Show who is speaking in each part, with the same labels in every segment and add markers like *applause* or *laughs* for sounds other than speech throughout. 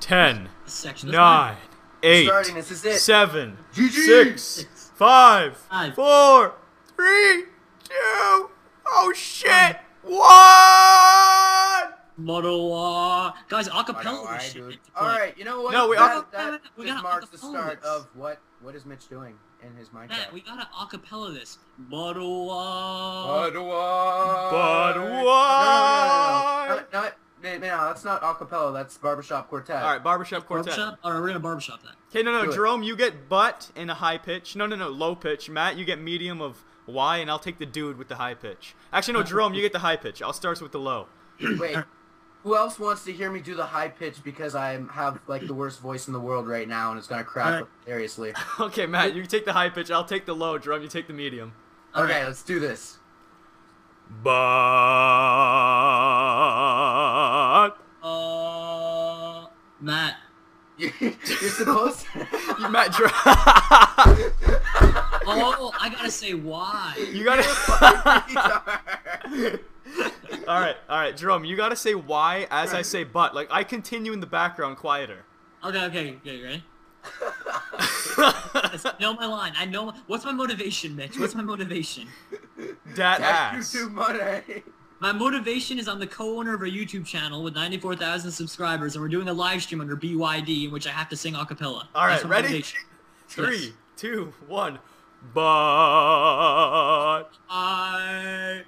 Speaker 1: ten,
Speaker 2: section of
Speaker 1: nine, eight,
Speaker 3: starting. This is it.
Speaker 1: seven,
Speaker 3: GG. *laughs*
Speaker 1: six, five,
Speaker 2: Five.
Speaker 1: four, three, two, oh shit, one.
Speaker 2: Model law. Guys, acapella
Speaker 3: Why
Speaker 2: this
Speaker 3: do
Speaker 2: shit.
Speaker 3: it? All right. You know what?
Speaker 1: No, we
Speaker 3: that,
Speaker 2: all-
Speaker 3: that
Speaker 2: We
Speaker 3: just
Speaker 2: got
Speaker 3: marks the
Speaker 2: all the
Speaker 3: start
Speaker 2: phones.
Speaker 3: of what? What is Mitch doing in his Minecraft?
Speaker 2: Matt, we gotta acapella this. Model uh, law.
Speaker 3: But why?
Speaker 1: But
Speaker 3: No, no, no, no, no, no.
Speaker 1: why?
Speaker 3: Not- not- no, no, that's not acapella. That's barbershop quartet.
Speaker 1: All right, barbershop quartet.
Speaker 2: Barbershop? Alright, we're gonna barbershop that.
Speaker 1: Okay, no, no,
Speaker 3: Do it.
Speaker 1: Jerome, you get butt and a high pitch. No, no, no, low pitch. Matt, you get medium of Y, and I'll take the dude with the high pitch. Actually,
Speaker 3: *laughs*
Speaker 1: no, Jerome, you get the high pitch. I'll start with the low. *laughs*
Speaker 3: Wait. Who else wants to hear me do the high pitch because I have like the worst voice in the world right now and it's gonna crack
Speaker 2: Alright.
Speaker 3: hilariously?
Speaker 1: Okay, Matt, you take the high pitch. I'll take the low. Jerome, you take the medium.
Speaker 3: Okay,
Speaker 2: Alright.
Speaker 3: let's do this. *laughs*
Speaker 1: But
Speaker 2: Uh, Matt.
Speaker 3: You- You're supposed. To... *laughs*
Speaker 1: you, Matt, Jer-
Speaker 2: Oh, I gotta say why.
Speaker 1: you gotta. *laughs* all right, all right, Jerome, you gotta say Y as I say but. Like I continue in the background,
Speaker 3: *laughs*
Speaker 1: quieter.
Speaker 2: Okay, okay, okay, you ready? I know my line. I know. What's my motivation, Mitch? What's my motivation?
Speaker 1: Dat
Speaker 3: That's
Speaker 1: ass.
Speaker 3: you too money.
Speaker 2: My motivation is I'm the co-owner of a YouTube channel with 94,000 subscribers, and we're doing a live stream under BYD in which I have to sing a cappella.
Speaker 1: All right,
Speaker 2: That's my
Speaker 1: ready?
Speaker 2: motivation.
Speaker 1: Three, two, one. But.
Speaker 3: *laughs*
Speaker 1: *laughs*
Speaker 2: I...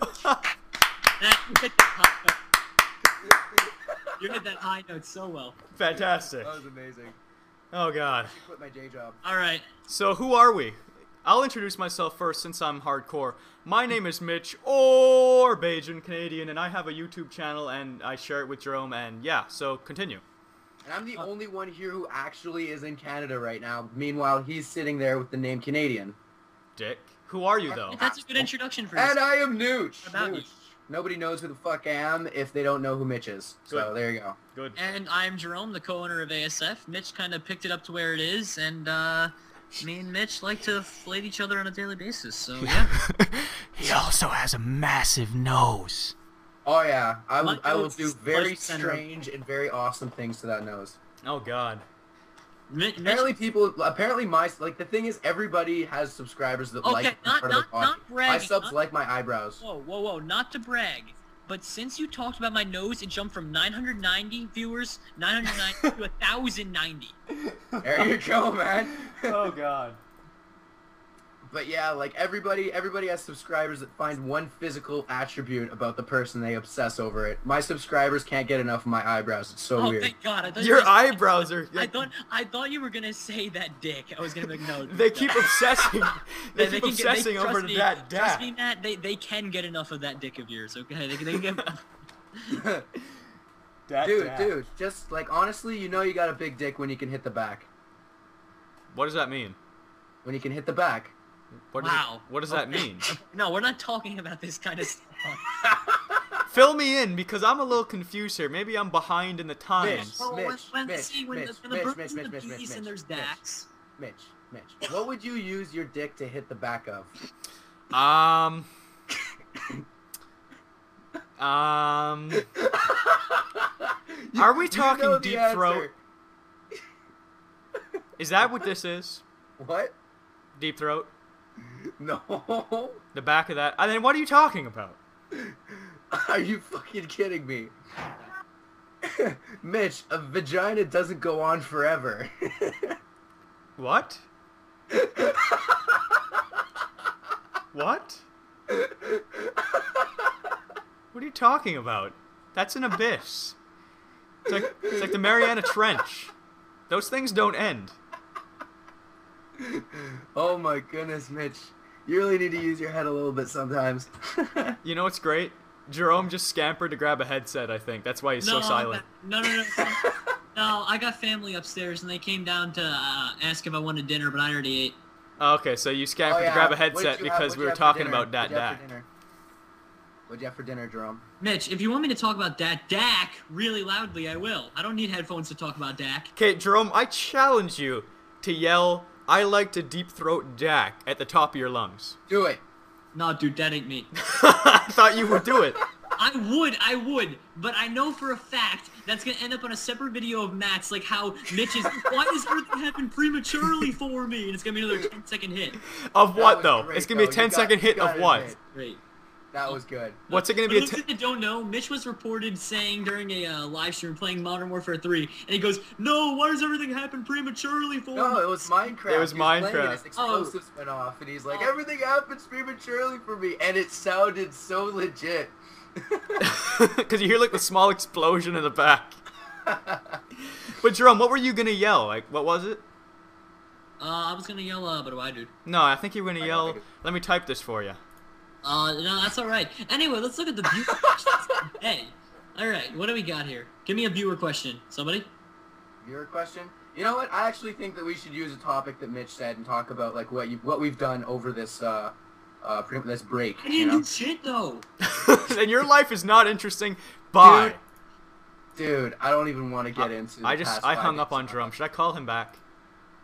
Speaker 2: Matt, you hit that high note. You hit that high note so well.
Speaker 1: Fantastic.
Speaker 3: That was amazing.
Speaker 1: Oh god.
Speaker 3: Quit my day job.
Speaker 2: All right.
Speaker 1: So who are we? I'll introduce myself first since I'm hardcore. My name is Mitch or Bajan Canadian and I have a YouTube channel and I share it with Jerome and yeah, so continue.
Speaker 3: And I'm the
Speaker 2: Uh,
Speaker 3: only one here who actually is in Canada right now. Meanwhile, he's sitting there with the name Canadian.
Speaker 1: Dick. Who are you though?
Speaker 2: That's a good introduction for
Speaker 3: And
Speaker 2: you.
Speaker 3: I am Nooch.
Speaker 2: What about
Speaker 3: Nooch. Nobody knows who the fuck I am if they don't know who Mitch is. So
Speaker 1: Good.
Speaker 3: there you go.
Speaker 1: Good.
Speaker 2: And I'm Jerome, the co-owner of ASF. Mitch kind of picked it up to where it is, and uh, me and Mitch like to flate each other on a daily basis. So yeah,
Speaker 1: he also has a massive nose.
Speaker 3: Oh yeah, I will.
Speaker 2: Mike
Speaker 3: I will
Speaker 2: Oates
Speaker 3: do
Speaker 2: is
Speaker 3: very
Speaker 2: pleasure center.
Speaker 3: strange and very awesome things to that nose.
Speaker 1: Oh god.
Speaker 2: Mi- Mitch.
Speaker 3: Apparently, people. Apparently, my like the thing is, everybody has subscribers that
Speaker 2: Okay,
Speaker 3: like
Speaker 2: not-
Speaker 3: part of
Speaker 2: not-
Speaker 3: the
Speaker 2: not
Speaker 3: podcast. My
Speaker 2: bragging,
Speaker 3: subs
Speaker 2: not-
Speaker 3: like my eyebrows.
Speaker 2: Whoa, whoa, whoa! Not to brag, but since you talked about my nose, it jumped from 990 viewers, 990 to 1,090. Oh.
Speaker 3: There you
Speaker 2: *laughs*
Speaker 3: go, man.
Speaker 1: Oh god.
Speaker 3: but yeah, like everybody, everybody has subscribers that find one physical attribute about the person they obsess over it. My subscribers can't get enough of my eyebrows. It's so
Speaker 2: Oh,
Speaker 3: weird.
Speaker 2: thank God! I thought you
Speaker 1: Your
Speaker 2: were gonna-
Speaker 1: eyebrows are
Speaker 2: I thought I thought you were gonna say that dick. I was gonna be like, no.
Speaker 1: *laughs* They keep
Speaker 2: no. *laughs*
Speaker 1: obsessing. They, keep
Speaker 2: can get- they-
Speaker 1: obsessing over
Speaker 2: trust me,
Speaker 1: that
Speaker 2: Trust
Speaker 1: dad.
Speaker 2: me, Matt. They, they can get enough of that dick of yours. Okay, they, can- they can get.
Speaker 1: *laughs*
Speaker 3: *laughs*
Speaker 1: That
Speaker 3: dude,
Speaker 1: dad.
Speaker 3: dude, just like honestly, you know, you got a big dick when you can hit the back.
Speaker 1: What does that mean?
Speaker 3: When you can hit the back.
Speaker 1: What
Speaker 2: Wow.
Speaker 1: Does, what does that mean?
Speaker 2: no, we're not talking about this kind
Speaker 1: *laughs*
Speaker 2: of stuff.
Speaker 1: Fill me in because I'm a little confused here. Maybe I'm behind in the times.
Speaker 3: Mitch,
Speaker 2: Well, when, when,
Speaker 3: Mitch,
Speaker 2: Oh, see, when
Speaker 3: Mitch,
Speaker 2: the, when the
Speaker 3: Mitch,
Speaker 2: birds
Speaker 3: Mitch,
Speaker 2: and the
Speaker 3: Mitch, Mitch,
Speaker 2: bees
Speaker 3: Mitch,
Speaker 2: and there's
Speaker 3: Mitch.
Speaker 2: Dax.
Speaker 3: Mitch, Mitch, what would you use your dick to hit the back of?
Speaker 1: Um.
Speaker 3: *laughs*
Speaker 1: Um. Are we
Speaker 3: You
Speaker 1: talking
Speaker 3: know the
Speaker 1: deep
Speaker 3: answer.
Speaker 1: throat? Is that what this is?
Speaker 3: What?
Speaker 1: Deep throat?
Speaker 3: No. *laughs*
Speaker 1: The back of that? And then what are you talking about?
Speaker 3: Are you fucking kidding me? *laughs* Mitch, a vagina doesn't go on forever. *laughs*
Speaker 1: What? what? What are you talking about? That's an abyss. It's like, it's like the Mariana Trench. Those things don't end.
Speaker 3: oh my goodness, Mitch. You really need to use your head a little bit sometimes.
Speaker 1: *laughs* You know what's great? Jerome just scampered to grab a headset, I think. That's why he's so
Speaker 2: I
Speaker 1: silent.
Speaker 2: got- No, no, no. no, I got family upstairs, and they came down to uh, ask if I wanted dinner, but I already ate.
Speaker 1: Oh, okay, so you scampered
Speaker 3: Oh, yeah.
Speaker 1: to grab a
Speaker 3: What did
Speaker 1: headset
Speaker 3: you have-
Speaker 1: because
Speaker 3: what'd
Speaker 1: we
Speaker 3: you
Speaker 1: were
Speaker 3: have for
Speaker 1: talking
Speaker 3: dinner?
Speaker 1: about dat
Speaker 3: What'd you have
Speaker 1: dak.
Speaker 3: for dinner? What'd you have for dinner, Jerome?
Speaker 2: Mitch, if you want me to talk about that Dak really loudly, I will. I don't need headphones to talk about Dak.
Speaker 1: Okay, Jerome, I challenge you to yell, I like to deep throat Dak at the top of your lungs. *laughs*
Speaker 3: Do it.
Speaker 2: No, dude, that ain't me.
Speaker 3: *laughs*
Speaker 1: I thought you would do it.
Speaker 2: I would, I would, but I know for a fact that's gonna end up on a separate video of Matt's, like how Mitch is. why does everything happen prematurely for me? And it's gonna be another 10 second hit.
Speaker 1: Of
Speaker 3: That
Speaker 1: what
Speaker 3: was
Speaker 1: though?
Speaker 3: great,
Speaker 1: it's gonna be
Speaker 3: though.
Speaker 1: a
Speaker 3: You
Speaker 1: 10
Speaker 3: got-
Speaker 1: second
Speaker 3: you
Speaker 1: hit
Speaker 3: gotta
Speaker 1: of what?
Speaker 3: admit,
Speaker 2: Great.
Speaker 3: That was good.
Speaker 1: What's it gonna
Speaker 2: For
Speaker 1: be? A
Speaker 2: those
Speaker 1: ten-
Speaker 2: that don't know, Mitch was reported saying during a uh, live stream playing Modern Warfare 3, and he goes, "No, why does everything happen prematurely for
Speaker 3: No,
Speaker 2: me?"
Speaker 1: Oh.
Speaker 3: it was Minecraft.
Speaker 1: It was
Speaker 3: He playing and
Speaker 1: Minecraft.
Speaker 3: His explosives went off, and he's like, "Everything happens prematurely for me," and it sounded so legit.
Speaker 1: *laughs*
Speaker 3: *laughs*
Speaker 1: Because you hear like the small explosion in the back. but Jerome, what were you gonna yell? Like, what was it?
Speaker 2: Uh, I was gonna yell, uh, but why, dude?
Speaker 1: No, I think you were gonna
Speaker 3: I
Speaker 1: yell.
Speaker 3: don't think
Speaker 1: Let me type this for you.
Speaker 2: Uh, no, that's all right. Anyway, let's look at the
Speaker 1: *laughs*
Speaker 2: viewer questions. Hey, all right, what do we got here? Give me a viewer question, somebody.
Speaker 3: Your question? You know what? I actually think that we should use a topic that Mitch said and talk about like what you what we've done over this uh, uh pre- this break.
Speaker 2: I
Speaker 3: You
Speaker 2: didn't
Speaker 3: know?
Speaker 2: do shit though.
Speaker 1: *laughs* and your life is not interesting. Bye.
Speaker 3: Dude, Dude, I don't even want to get into. the
Speaker 1: I just
Speaker 3: past
Speaker 1: I
Speaker 3: five
Speaker 1: hung up
Speaker 3: days.
Speaker 1: on Jerome. Should I call him back?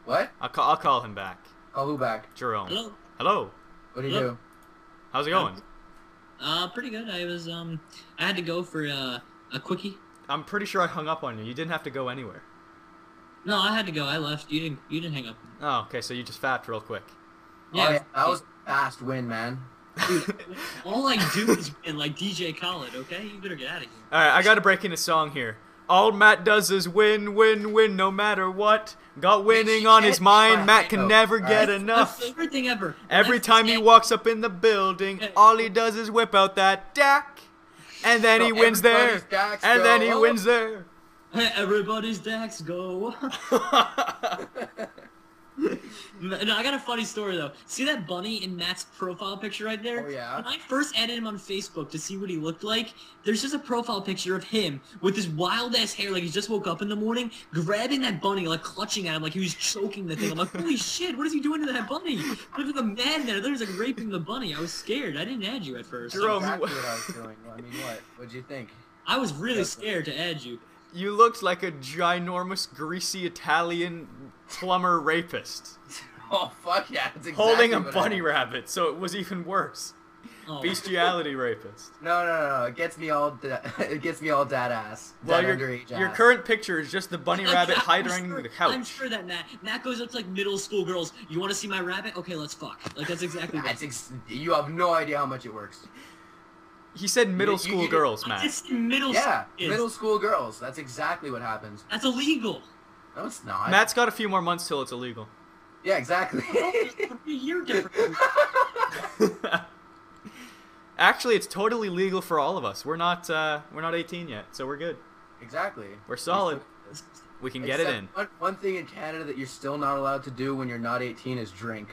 Speaker 3: What?
Speaker 1: I'll call, I'll call him back.
Speaker 3: Call who back?
Speaker 1: Jerome.
Speaker 2: Hello.
Speaker 1: Hello.
Speaker 3: What do you
Speaker 2: Hello?
Speaker 3: do?
Speaker 1: How's it going?
Speaker 2: Uh, pretty good. I was um, I had to go for uh, a quickie.
Speaker 1: I'm pretty sure I hung up on you. You didn't have to go anywhere.
Speaker 2: No, I had to go. I left. You didn't. You didn't hang up.
Speaker 1: Oh, okay. So you just fapped real quick.
Speaker 3: Oh, yeah, that was a fast win, man.
Speaker 2: All I do is win, like DJ Khaled. Okay, you better get out of here.
Speaker 1: All right, I gotta break into song here. All Matt does is win, win, win, no matter what. Got winning on his mind. Matt can never get
Speaker 2: My
Speaker 3: *laughs*
Speaker 1: enough.
Speaker 2: favorite thing ever.
Speaker 1: Every
Speaker 2: That's
Speaker 1: time he
Speaker 2: it.
Speaker 1: walks up in the building, all he does is whip out that deck, and then he
Speaker 3: Bro,
Speaker 1: wins there,
Speaker 3: everybody's backs
Speaker 1: and then
Speaker 3: go
Speaker 1: he
Speaker 3: up.
Speaker 1: wins there.
Speaker 2: *laughs* Everybody's decks go. No, no, I got a funny story though. See that bunny in Matt's profile picture right there?
Speaker 3: Oh, yeah.
Speaker 2: When I first added him on Facebook to see what he looked like, there's just a profile picture of him with his wild ass hair, like he just woke up in the morning, grabbing that bunny, like clutching at him, like he was choking the thing. I'm like, holy shit, what is he doing to that bunny? Look at the man there. There's like raping the bunny. I was scared. I didn't add you at first.
Speaker 1: Jerome.
Speaker 3: Exactly what
Speaker 1: *laughs*
Speaker 3: I was doing. I mean, what? What'd you think?
Speaker 2: I was really scared to add you.
Speaker 1: *laughs* You looked like a ginormous, greasy Italian plumber rapist
Speaker 3: *laughs* Oh fuck yeah! That's exactly
Speaker 1: holding a
Speaker 3: what I
Speaker 1: bunny
Speaker 3: was-
Speaker 1: rabbit, so it was even worse.
Speaker 2: Oh.
Speaker 1: Bestiality rapist.
Speaker 3: No, no, no, no! It gets me all, da- *laughs* it gets me all dad ass.
Speaker 1: Well,
Speaker 3: Dead
Speaker 1: your,
Speaker 3: underage
Speaker 1: your
Speaker 3: ass.
Speaker 1: current picture is just the bunny
Speaker 2: I-
Speaker 1: rabbit
Speaker 2: I'm
Speaker 1: hiding under
Speaker 2: sure-
Speaker 1: the
Speaker 2: I'm
Speaker 1: couch.
Speaker 2: sure that Matt Matt goes up to like middle school girls. You want to see my rabbit? Okay, let's fuck. Like that's exactly. what
Speaker 3: That's ex- you have no idea how much it works.
Speaker 1: He said middle
Speaker 3: you-
Speaker 1: school
Speaker 3: you- *laughs*
Speaker 1: girls,
Speaker 2: I
Speaker 1: Matt.
Speaker 2: just said middle
Speaker 3: Yeah,
Speaker 2: school kids.
Speaker 3: middle school girls. That's exactly what happens.
Speaker 2: That's illegal.
Speaker 3: No, it's not.
Speaker 1: Matt's got a few more months till it's illegal. *laughs*
Speaker 3: yeah, exactly. *laughs*
Speaker 2: a year difference.
Speaker 1: Actually, it's totally legal for all of us. We're not uh, we're not 18 yet, so we're good.
Speaker 3: exactly.
Speaker 1: We're solid. We can get it
Speaker 3: Except
Speaker 1: in.
Speaker 3: One, one thing in Canada that you're still not allowed to do when you're not 18 is drink.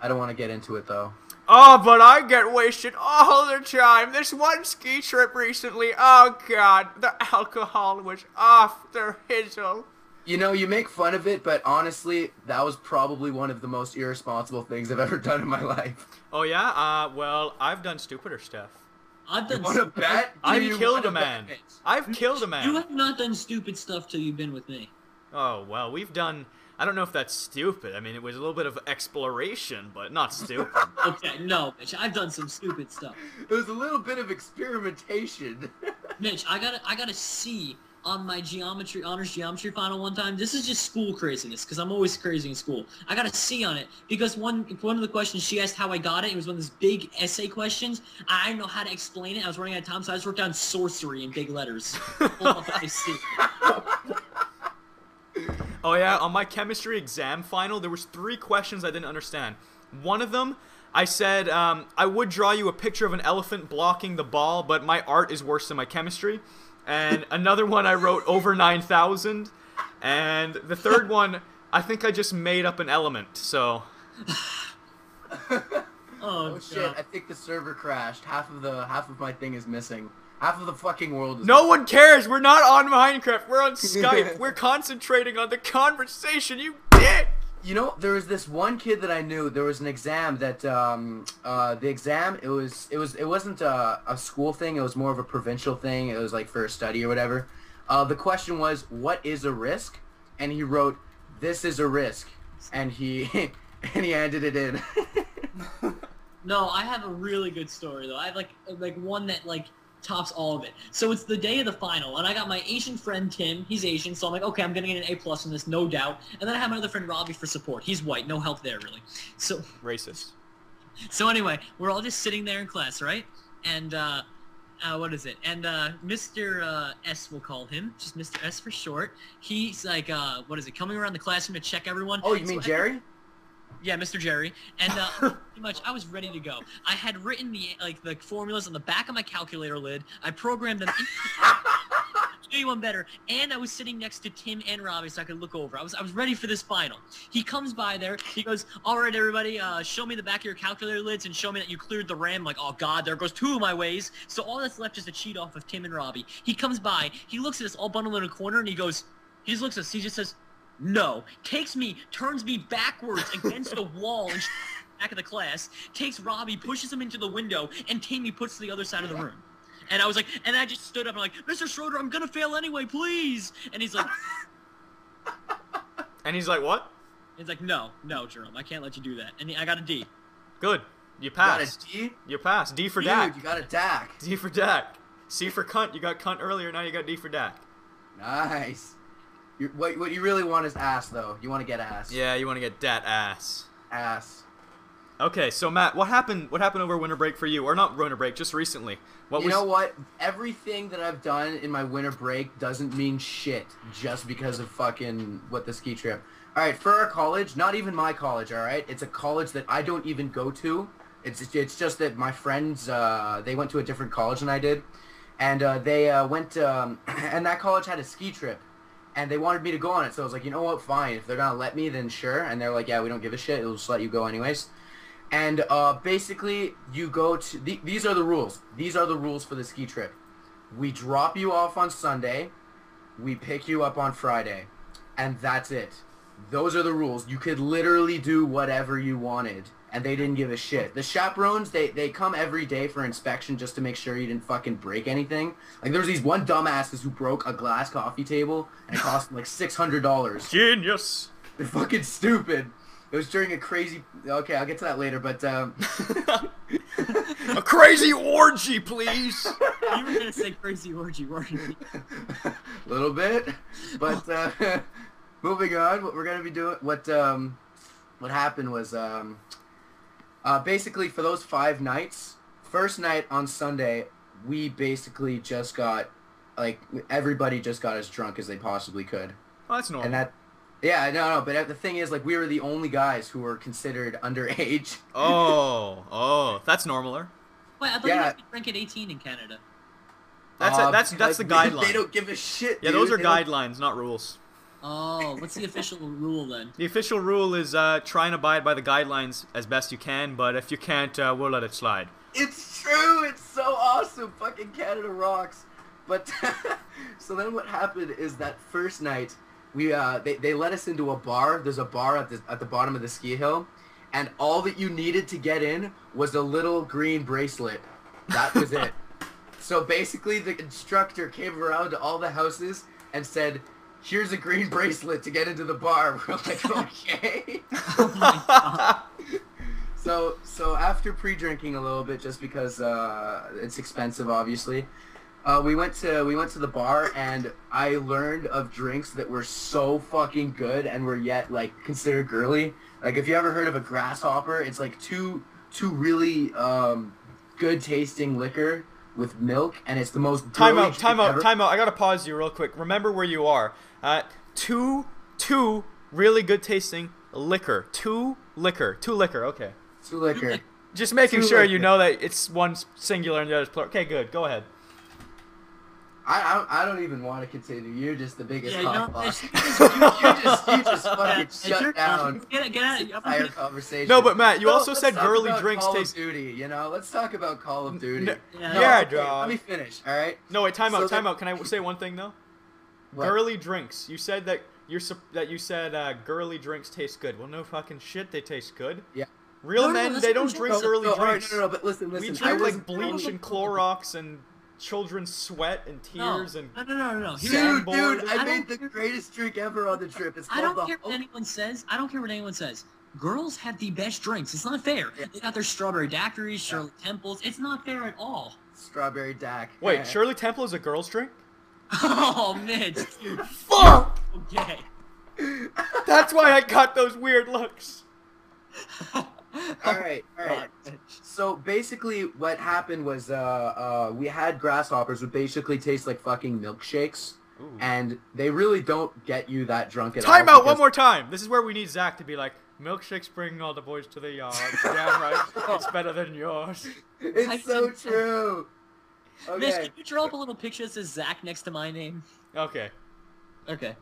Speaker 3: I don't want to get into it though.
Speaker 1: Oh, but I get wasted all the time. This one ski trip recently, oh god, the alcohol was off the hizzle.
Speaker 3: You know, you make fun of it, but honestly, that was probably one of the most irresponsible things I've *laughs* ever done in
Speaker 1: *laughs*
Speaker 3: my life.
Speaker 1: Oh yeah, uh, well, I've done stupider stuff.
Speaker 2: I've
Speaker 3: You
Speaker 2: done.
Speaker 3: want to
Speaker 2: stupid-
Speaker 3: bet?
Speaker 1: I've
Speaker 3: You
Speaker 1: killed a
Speaker 3: wanna
Speaker 1: man.
Speaker 3: bet?
Speaker 1: I've killed a
Speaker 2: You
Speaker 1: man.
Speaker 2: have not done stupid stuff till you've been with me.
Speaker 1: Oh well, we've done. I don't know if that's stupid. I mean, it was a little bit of exploration, but not stupid.
Speaker 2: Okay, no, Mitch. I've done some stupid stuff.
Speaker 3: It was a little bit of experimentation. *laughs*
Speaker 2: Mitch, I got to I got to see on my geometry honors geometry final one time. This is just school craziness because I'm always crazy in school. I got a C on it because one one of the questions she asked how I got it. It was one of those big essay questions. I didn't know how to explain it. I was running out of time, so I just wrote down sorcery in big
Speaker 3: *laughs*
Speaker 2: letters. Pulled up my C.
Speaker 1: oh yeah, on my chemistry exam final, there was three questions I didn't understand. One of them, I said um, I would draw you a picture of an elephant blocking the ball, but my art is worse than my chemistry. And *laughs* another one I wrote over nine thousand, and the *laughs* third one I think I just made up an element. So
Speaker 2: Oh,
Speaker 3: Oh
Speaker 2: God.
Speaker 3: shit! I think the server crashed. Half of the half of my thing is missing. Half of the fucking world is.
Speaker 1: No one cares. We're not on Minecraft. We're on *laughs* Skype. We're concentrating on the conversation. You dick.
Speaker 3: You know, there was this one kid that I knew. There was an exam that um, uh, the exam it was it was it wasn't a, a school thing. It was more of a provincial thing. It was like for a study or whatever. Uh, the question was, "What is a risk?" And he wrote, "This is a risk," and he *laughs* and he handed
Speaker 1: *laughs*
Speaker 3: it in.
Speaker 2: No, I have a really good story though. I have like like one that like tops all of it. So it's the day of the final, and I got my Asian friend Tim. He's Asian, so I'm like, okay, I'm gonna get an A plus in this, no doubt. And then I have my other friend Robbie for support. He's white, no help there really. So
Speaker 1: Racist.
Speaker 2: so anyway, we're all just sitting there in class, right? And uh, uh, what is it? And uh, Mr. Uh, S, we'll call him, just Mr. S for short. He's like, uh, what is it? Coming around the classroom to check everyone.
Speaker 3: Oh, you
Speaker 2: So
Speaker 3: mean
Speaker 2: every-
Speaker 3: Jerry?
Speaker 2: yeah, Mr. Jerry, and uh, pretty much I was ready to go. I had written the like the formulas on the back of my calculator lid. I programmed them. Do you one better, and I was sitting next to Tim and Robbie, so I could look over. I was I was ready for this final. He comes by there. He goes, "All right, everybody, uh, show me the back of your calculator lids and show me that you cleared the RAM." Like, oh God, there goes two of my ways. So all that's left is a cheat off of Tim and Robbie. He comes by. He looks at us all bundled in a corner, and he goes, he just looks at us. He just says, no. Takes me, turns me backwards against the wall and back of the class. Takes Robbie, pushes him into the window, and Tammy puts to the other side of the room. And I was like, and I just stood up and like, Mr. Schroeder, I'm gonna fail anyway, please. And he's like,
Speaker 1: And he's like, what?
Speaker 2: he's like, no, no, Jerome, I can't let you do that. And he- I got a D.
Speaker 1: Good. You
Speaker 3: Got a
Speaker 1: passed.
Speaker 3: D?
Speaker 1: You passed. D for
Speaker 3: Dude, you
Speaker 1: Dak.
Speaker 3: got a Dak.
Speaker 1: D for Dak. C for cunt. You got cunt earlier. Now you got D for Dak.
Speaker 3: Nice. You, what, what you really want is ass, though. You want to get ass.
Speaker 1: Yeah, you want to get dat ass.
Speaker 3: Ass.
Speaker 1: Okay, so Matt, what happened? What happened over winter break for you, or not winter break, just recently? What
Speaker 3: you
Speaker 1: was?
Speaker 3: know what? Everything that I've done in my winter break doesn't mean shit just because of fucking what the ski trip. All right, for our college, not even my college. All right, it's a college that I don't even go to. It's it's just that my friends uh, they went to a different college than I did, and uh, they uh, went um, *clears throat* and that college had a ski trip, and they wanted me to go on it. So I was like, you know what? Fine. If they're gonna let me, then sure. And they're like, yeah, we don't give a shit. We'll just let you go anyways and uh, basically you go to the, these are the rules these are the rules for the ski trip we drop you off on sunday we pick you up on friday and that's it those are the rules you could literally do whatever you wanted and they didn't give a shit the chaperones they, they come every day for inspection just to make sure you didn't fucking break anything like there was these one dumbasses who broke a glass coffee table and it cost them like $600
Speaker 1: Genius.
Speaker 3: they're fucking stupid. It was during a crazy. Okay, I'll get to that later. But um,
Speaker 1: A crazy orgy, *laughs* please.
Speaker 2: You were gonna say crazy orgy, weren't you?
Speaker 3: a *laughs* little bit. But uh, *laughs* moving on, what we're gonna be doing, what um, what happened was um, uh, basically for those five nights, first night on Sunday, we basically just got like everybody just got as drunk as they possibly could.
Speaker 1: Well, Oh, that's normal.
Speaker 3: And that, yeah, no, no. But uh, the thing is, like, we were the only guys who were considered *laughs* underage.
Speaker 1: oh, oh, that's normaler.
Speaker 2: Wait, I thought you
Speaker 3: Yeah.
Speaker 2: had to drink at 18 in Canada.
Speaker 1: That's
Speaker 3: Uh,
Speaker 1: it. That's that's the
Speaker 3: like, They
Speaker 1: guideline.
Speaker 3: don't give a shit.
Speaker 1: Yeah,
Speaker 3: dude.
Speaker 1: those are
Speaker 3: They don't-
Speaker 1: guidelines, not rules.
Speaker 2: Oh, what's the official rule then?
Speaker 1: The official rule is uh, try and abide by the guidelines as best you can, but if you can't, uh, we'll let it slide.
Speaker 3: It's true. It's so awesome. Fucking Canada rocks. But *laughs* so then what happened is that first night we uh, they they let us into a bar. There's a bar at the at the bottom of the ski hill, and all that you needed to get in was a little green bracelet. That was it. So basically, the instructor came around to all the houses and said, "Here's a green bracelet to get into the bar." *laughs* We're like, "Okay."
Speaker 2: Oh my god.
Speaker 3: So so after pre-drinking a little bit, just because uh, it's expensive, obviously, uh, we went to we went to the bar and I learned of drinks that were so fucking good and were yet like considered girly. Like if you ever heard of a grasshopper, it's like two two really um, good tasting liquor with milk, and it's the most
Speaker 1: Time
Speaker 3: girly
Speaker 1: out,
Speaker 3: drink
Speaker 1: time out,
Speaker 3: ever.
Speaker 1: time out. I gotta pause you real quick. Remember where you are. Uh, two, two really good tasting liquor. Two liquor. Two liquor, okay.
Speaker 3: Two liquor.
Speaker 1: Just making
Speaker 3: Two
Speaker 1: sure you
Speaker 3: liquor.
Speaker 1: know that it's one s- singular and the other's plural. Okay, good. Go ahead.
Speaker 3: I, I don't- I don't even want to continue. You're just the biggest
Speaker 2: Yeah, you
Speaker 3: hot
Speaker 2: know,
Speaker 3: box.
Speaker 2: it's- *laughs*
Speaker 3: you just you just fucking
Speaker 2: Yeah, you're
Speaker 3: shut down.
Speaker 2: done. Get it, get it. I'm *laughs*
Speaker 3: entire
Speaker 2: gonna-
Speaker 3: conversation.
Speaker 1: No, but Matt, you also
Speaker 3: let's
Speaker 1: said
Speaker 3: talk
Speaker 1: girly
Speaker 3: about
Speaker 1: drinks
Speaker 3: Call
Speaker 1: taste-
Speaker 3: Of Duty, you know, let's talk about Call of Duty.
Speaker 1: n-
Speaker 2: yeah.
Speaker 3: No,
Speaker 1: yeah,
Speaker 3: okay,
Speaker 1: dog.
Speaker 3: Let me finish. All right.
Speaker 1: No, wait. Time
Speaker 3: So
Speaker 1: out. Time
Speaker 3: then-
Speaker 1: out. Can I w- say one thing though?
Speaker 3: What?
Speaker 1: Girly drinks. You said that you're sup- that you said uh, girly drinks taste good. Well, no fucking shit, they taast good.
Speaker 3: Yeah.
Speaker 1: Real
Speaker 2: No, no,
Speaker 1: men,
Speaker 2: that's
Speaker 1: they
Speaker 2: what
Speaker 1: don't
Speaker 2: I'm
Speaker 1: drink
Speaker 3: No,
Speaker 1: girly
Speaker 3: no, all right,
Speaker 1: drinks.
Speaker 3: No, no, no, but listen,
Speaker 1: we
Speaker 3: listen. I
Speaker 1: drink
Speaker 3: was
Speaker 1: like bleach and Clorox and children's sweat and
Speaker 2: No,
Speaker 1: tears and
Speaker 2: no, no, no, no. Here's-
Speaker 3: *laughs* Dude,
Speaker 1: sandboard.
Speaker 3: dude,
Speaker 1: I
Speaker 3: I
Speaker 2: don't
Speaker 3: made the
Speaker 2: care-
Speaker 3: greatest drink ever on the trip. It's
Speaker 2: I
Speaker 3: called
Speaker 2: don't
Speaker 3: the
Speaker 2: care what
Speaker 3: Hulk.
Speaker 2: anyone says. I don't care what anyone says. Girls
Speaker 3: *laughs*
Speaker 2: have the best drinks. It's not fair. They got their strawberry daiquiris, Shirley Temples. It's not fair at all.
Speaker 3: Strawberry Dak.
Speaker 1: Wait, Shirley Temple is a girl's drink?
Speaker 2: Oh, Mitch, dude,
Speaker 1: Fuck!
Speaker 3: *laughs*
Speaker 2: okay.
Speaker 1: That's why I got those weird looks.
Speaker 3: *laughs*
Speaker 2: Oh,
Speaker 3: All right, all right. So basically, what happened was uh, uh, we had grasshoppers, which basically taste like fucking milkshakes,
Speaker 1: Ooh.
Speaker 3: and they really don't get you that drunk at
Speaker 1: Time
Speaker 3: all.
Speaker 1: out one
Speaker 3: because-
Speaker 1: more time. This is where we need Zach to be like, milkshakes bring all the boys to the *laughs* yard. Damn right, it's better than yours.
Speaker 2: I
Speaker 3: It's so
Speaker 2: didn't-
Speaker 3: true.
Speaker 2: Mitch,
Speaker 3: Okay,
Speaker 2: can you draw up a little picture that says Zach next to my name?
Speaker 1: Okay.
Speaker 2: Okay.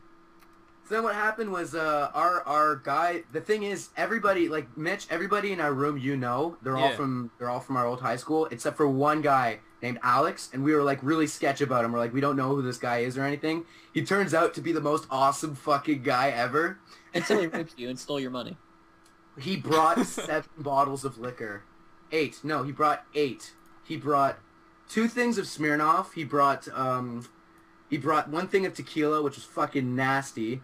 Speaker 3: so then what happened was uh, our our guy. The thing is, everybody like Mitch, everybody in our room, you know, they're all
Speaker 1: Yeah.
Speaker 3: from they're all from our old high school, except for one guy named Alex, and we were like really sketch about him. We're like, we don't know who this guy is or anything. He turns out to be the most awesome fucking guy ever.
Speaker 2: Until he raped you and stole your money.
Speaker 3: He brought seven bottles of liquor. Eight. No, he brought eight. He brought two things of Smirnoff. He brought um, he brought one thing of tequila, which was fucking nasty.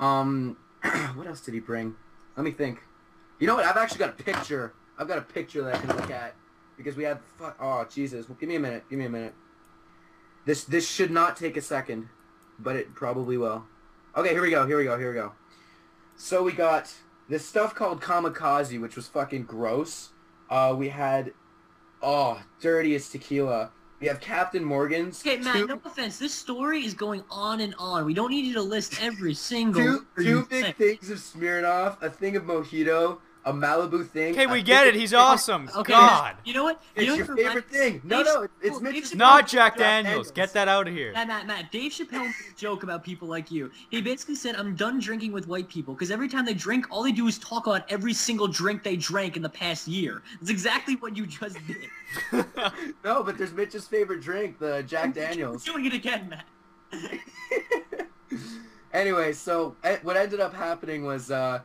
Speaker 3: Um, *clears throat* what else did he bring? Let me think. You know what? I've actually got a picture. I've got a picture that I can look at because we had fuck. Oh Jesus! Well, give me a minute. Give me a minute. This this should not take a second, but it probably will. Okay, here we go. Here we go. Here we go. So we got this stuff called kamikaze, which was fucking gross. Uh, we had, oh, dirtiest tequila. We have Captain Morgan's.
Speaker 2: Okay,
Speaker 3: two-
Speaker 2: Matt, no offense. This story is going on and on. We don't need you to list every single
Speaker 3: *laughs* two,
Speaker 2: word
Speaker 3: two
Speaker 2: you
Speaker 3: big
Speaker 2: think.
Speaker 3: things of Smirnoff, a thing of mojito, a Malibu thing.
Speaker 1: Okay,
Speaker 3: a
Speaker 1: we
Speaker 3: thing
Speaker 1: get
Speaker 3: of-
Speaker 1: it. He's awesome.
Speaker 2: Okay, *laughs*
Speaker 1: God.
Speaker 2: you know what?
Speaker 3: It's
Speaker 2: you know
Speaker 3: your
Speaker 2: what
Speaker 3: favorite thing. No,
Speaker 2: Dave-
Speaker 3: no, it's- it's
Speaker 2: Dave
Speaker 3: Mitch's-
Speaker 2: Chappelle-
Speaker 1: Not Jack
Speaker 3: Jack
Speaker 1: Daniels.
Speaker 3: Daniels.
Speaker 1: Get that out of here.
Speaker 2: Matt, Matt, Matt. Dave Chappelle made a joke about people like you. He basically said, "I'm done drinking with white people because every time they drink, all they do is talk about every single drink they drank in the past year." That's exactly what you just did.
Speaker 3: No, but there's Mitch's favorite drink, the
Speaker 1: *laughs*
Speaker 3: *laughs* Jack Daniels.
Speaker 2: You're doing it again, Matt.
Speaker 3: anyway, so eh, what ended up happening was uh,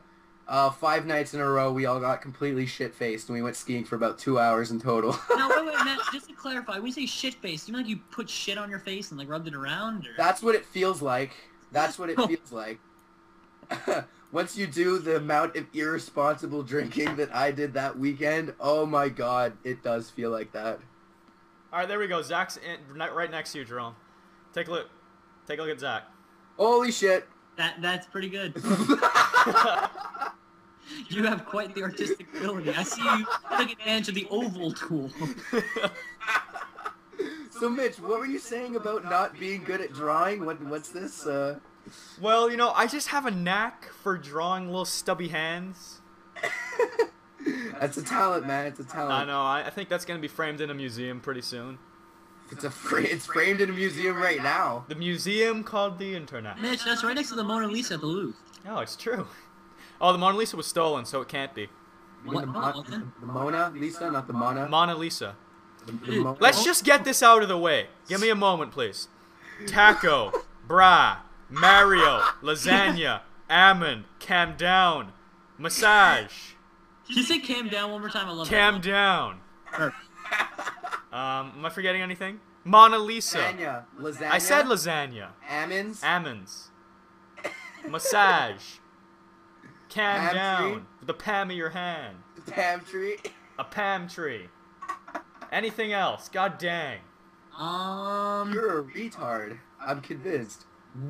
Speaker 3: uh, five nights in a row we all got completely shit faced and we went skiing for about two hours in total. *laughs*
Speaker 2: Now, wait, wait, Matt. Just to clarify, when you say shit face, do you mean like you put shit on your face and like rubbed it around? Or...
Speaker 3: That's what it feels like.
Speaker 1: *laughs*
Speaker 3: That's what it feels like. *laughs* Once you do the amount of irresponsible drinking that I did that weekend, oh my god, it does feel like that.
Speaker 1: All right, there we go. Zach's in, ni- right next to you, Jerome. Take a look. Take a look at Zach. *laughs*
Speaker 3: Holy shit.
Speaker 2: That that's pretty
Speaker 3: *laughs*
Speaker 2: good. you have quite the artistic ability. I see you took advantage of the oval tool.
Speaker 3: So Mitch, what were you saying about not being good at drawing? What what's this? Uh,
Speaker 1: Well, you know, I just have a knack for drawing little stubby hands.
Speaker 3: that's a talent, man. It's a
Speaker 1: I
Speaker 3: talent.
Speaker 1: know. I, I think that's gonna be framed in a museum pretty soon.
Speaker 3: It's a fra- it's framed in a museum right now.
Speaker 1: The museum called the Internet.
Speaker 2: Mitch, that's right next to the Mona Lisa at the Louvre.
Speaker 1: No, it's true. Oh, the Mona Lisa was stolen, so it can't be.
Speaker 2: What? Not
Speaker 3: The, Mon-
Speaker 2: London?
Speaker 3: the Mona Lisa, not the Mona.
Speaker 1: Mona Lisa.
Speaker 3: the, the Mona.
Speaker 1: Let's just get this out of the way. Give me a moment, please. Taco, bra, Mario, lasagna, almond, cam down, massage,
Speaker 2: Can you say "cam down" one more time? I love
Speaker 1: cam
Speaker 2: that.
Speaker 1: down.
Speaker 2: Cam
Speaker 1: Um, am I forgetting anything? Mona Lisa.
Speaker 3: lasagna. Lasagna.
Speaker 1: I said lasagna.
Speaker 3: Ammons.
Speaker 1: Almonds. Massage. Cam
Speaker 3: Palm
Speaker 1: down.
Speaker 3: tree?
Speaker 1: The palm of your hand.
Speaker 3: Palm tree.
Speaker 1: A palm tree. Anything else? God dang.
Speaker 2: Um,
Speaker 3: You're a retard. I'm convinced.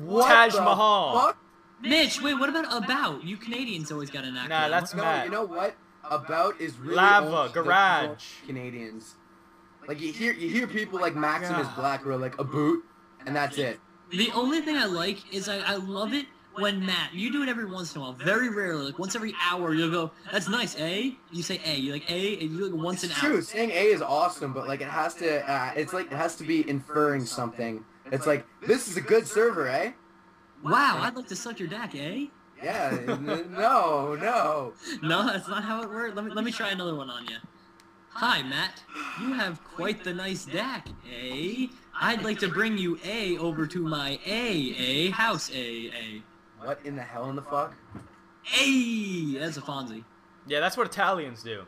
Speaker 1: Taj
Speaker 3: the
Speaker 1: Mahal.
Speaker 3: fuck?
Speaker 2: Mitch, wait, what about about? You Canadians always got an accent.
Speaker 1: Nah, that's
Speaker 2: What-
Speaker 3: No,
Speaker 1: Matt.
Speaker 3: you know what? About is really
Speaker 1: Lava,
Speaker 3: only the
Speaker 1: garage. Oh
Speaker 3: people- Canadians. Like you hear you hear people like Maximus
Speaker 1: God.
Speaker 3: Black who are like a boot, and that's it.
Speaker 2: the only thing I like is I, I love it when Matt, you do it every once in a while, very rarely, like once every hour, you'll go, "That's nice, eh?" You say "eh," you like "eh," and you do like once an
Speaker 3: It's
Speaker 2: hour.
Speaker 3: true. Saying A is awesome, but like it has to. Uh, it's like it has to be inferring something. It's like this is a good server, eh?
Speaker 2: Wow, I'd like to suck your dick, eh?
Speaker 3: Yeah. n- no, no.
Speaker 2: No, that's not how it works. Let me let me try another one on you. Hi, Matt. You have quite the nice deck, eh? I'd like to bring you a over to my a a house eh, a a
Speaker 3: What in the hell in the fuck?
Speaker 2: a. That's a Fonzie.
Speaker 1: Yeah, that's what Italians do.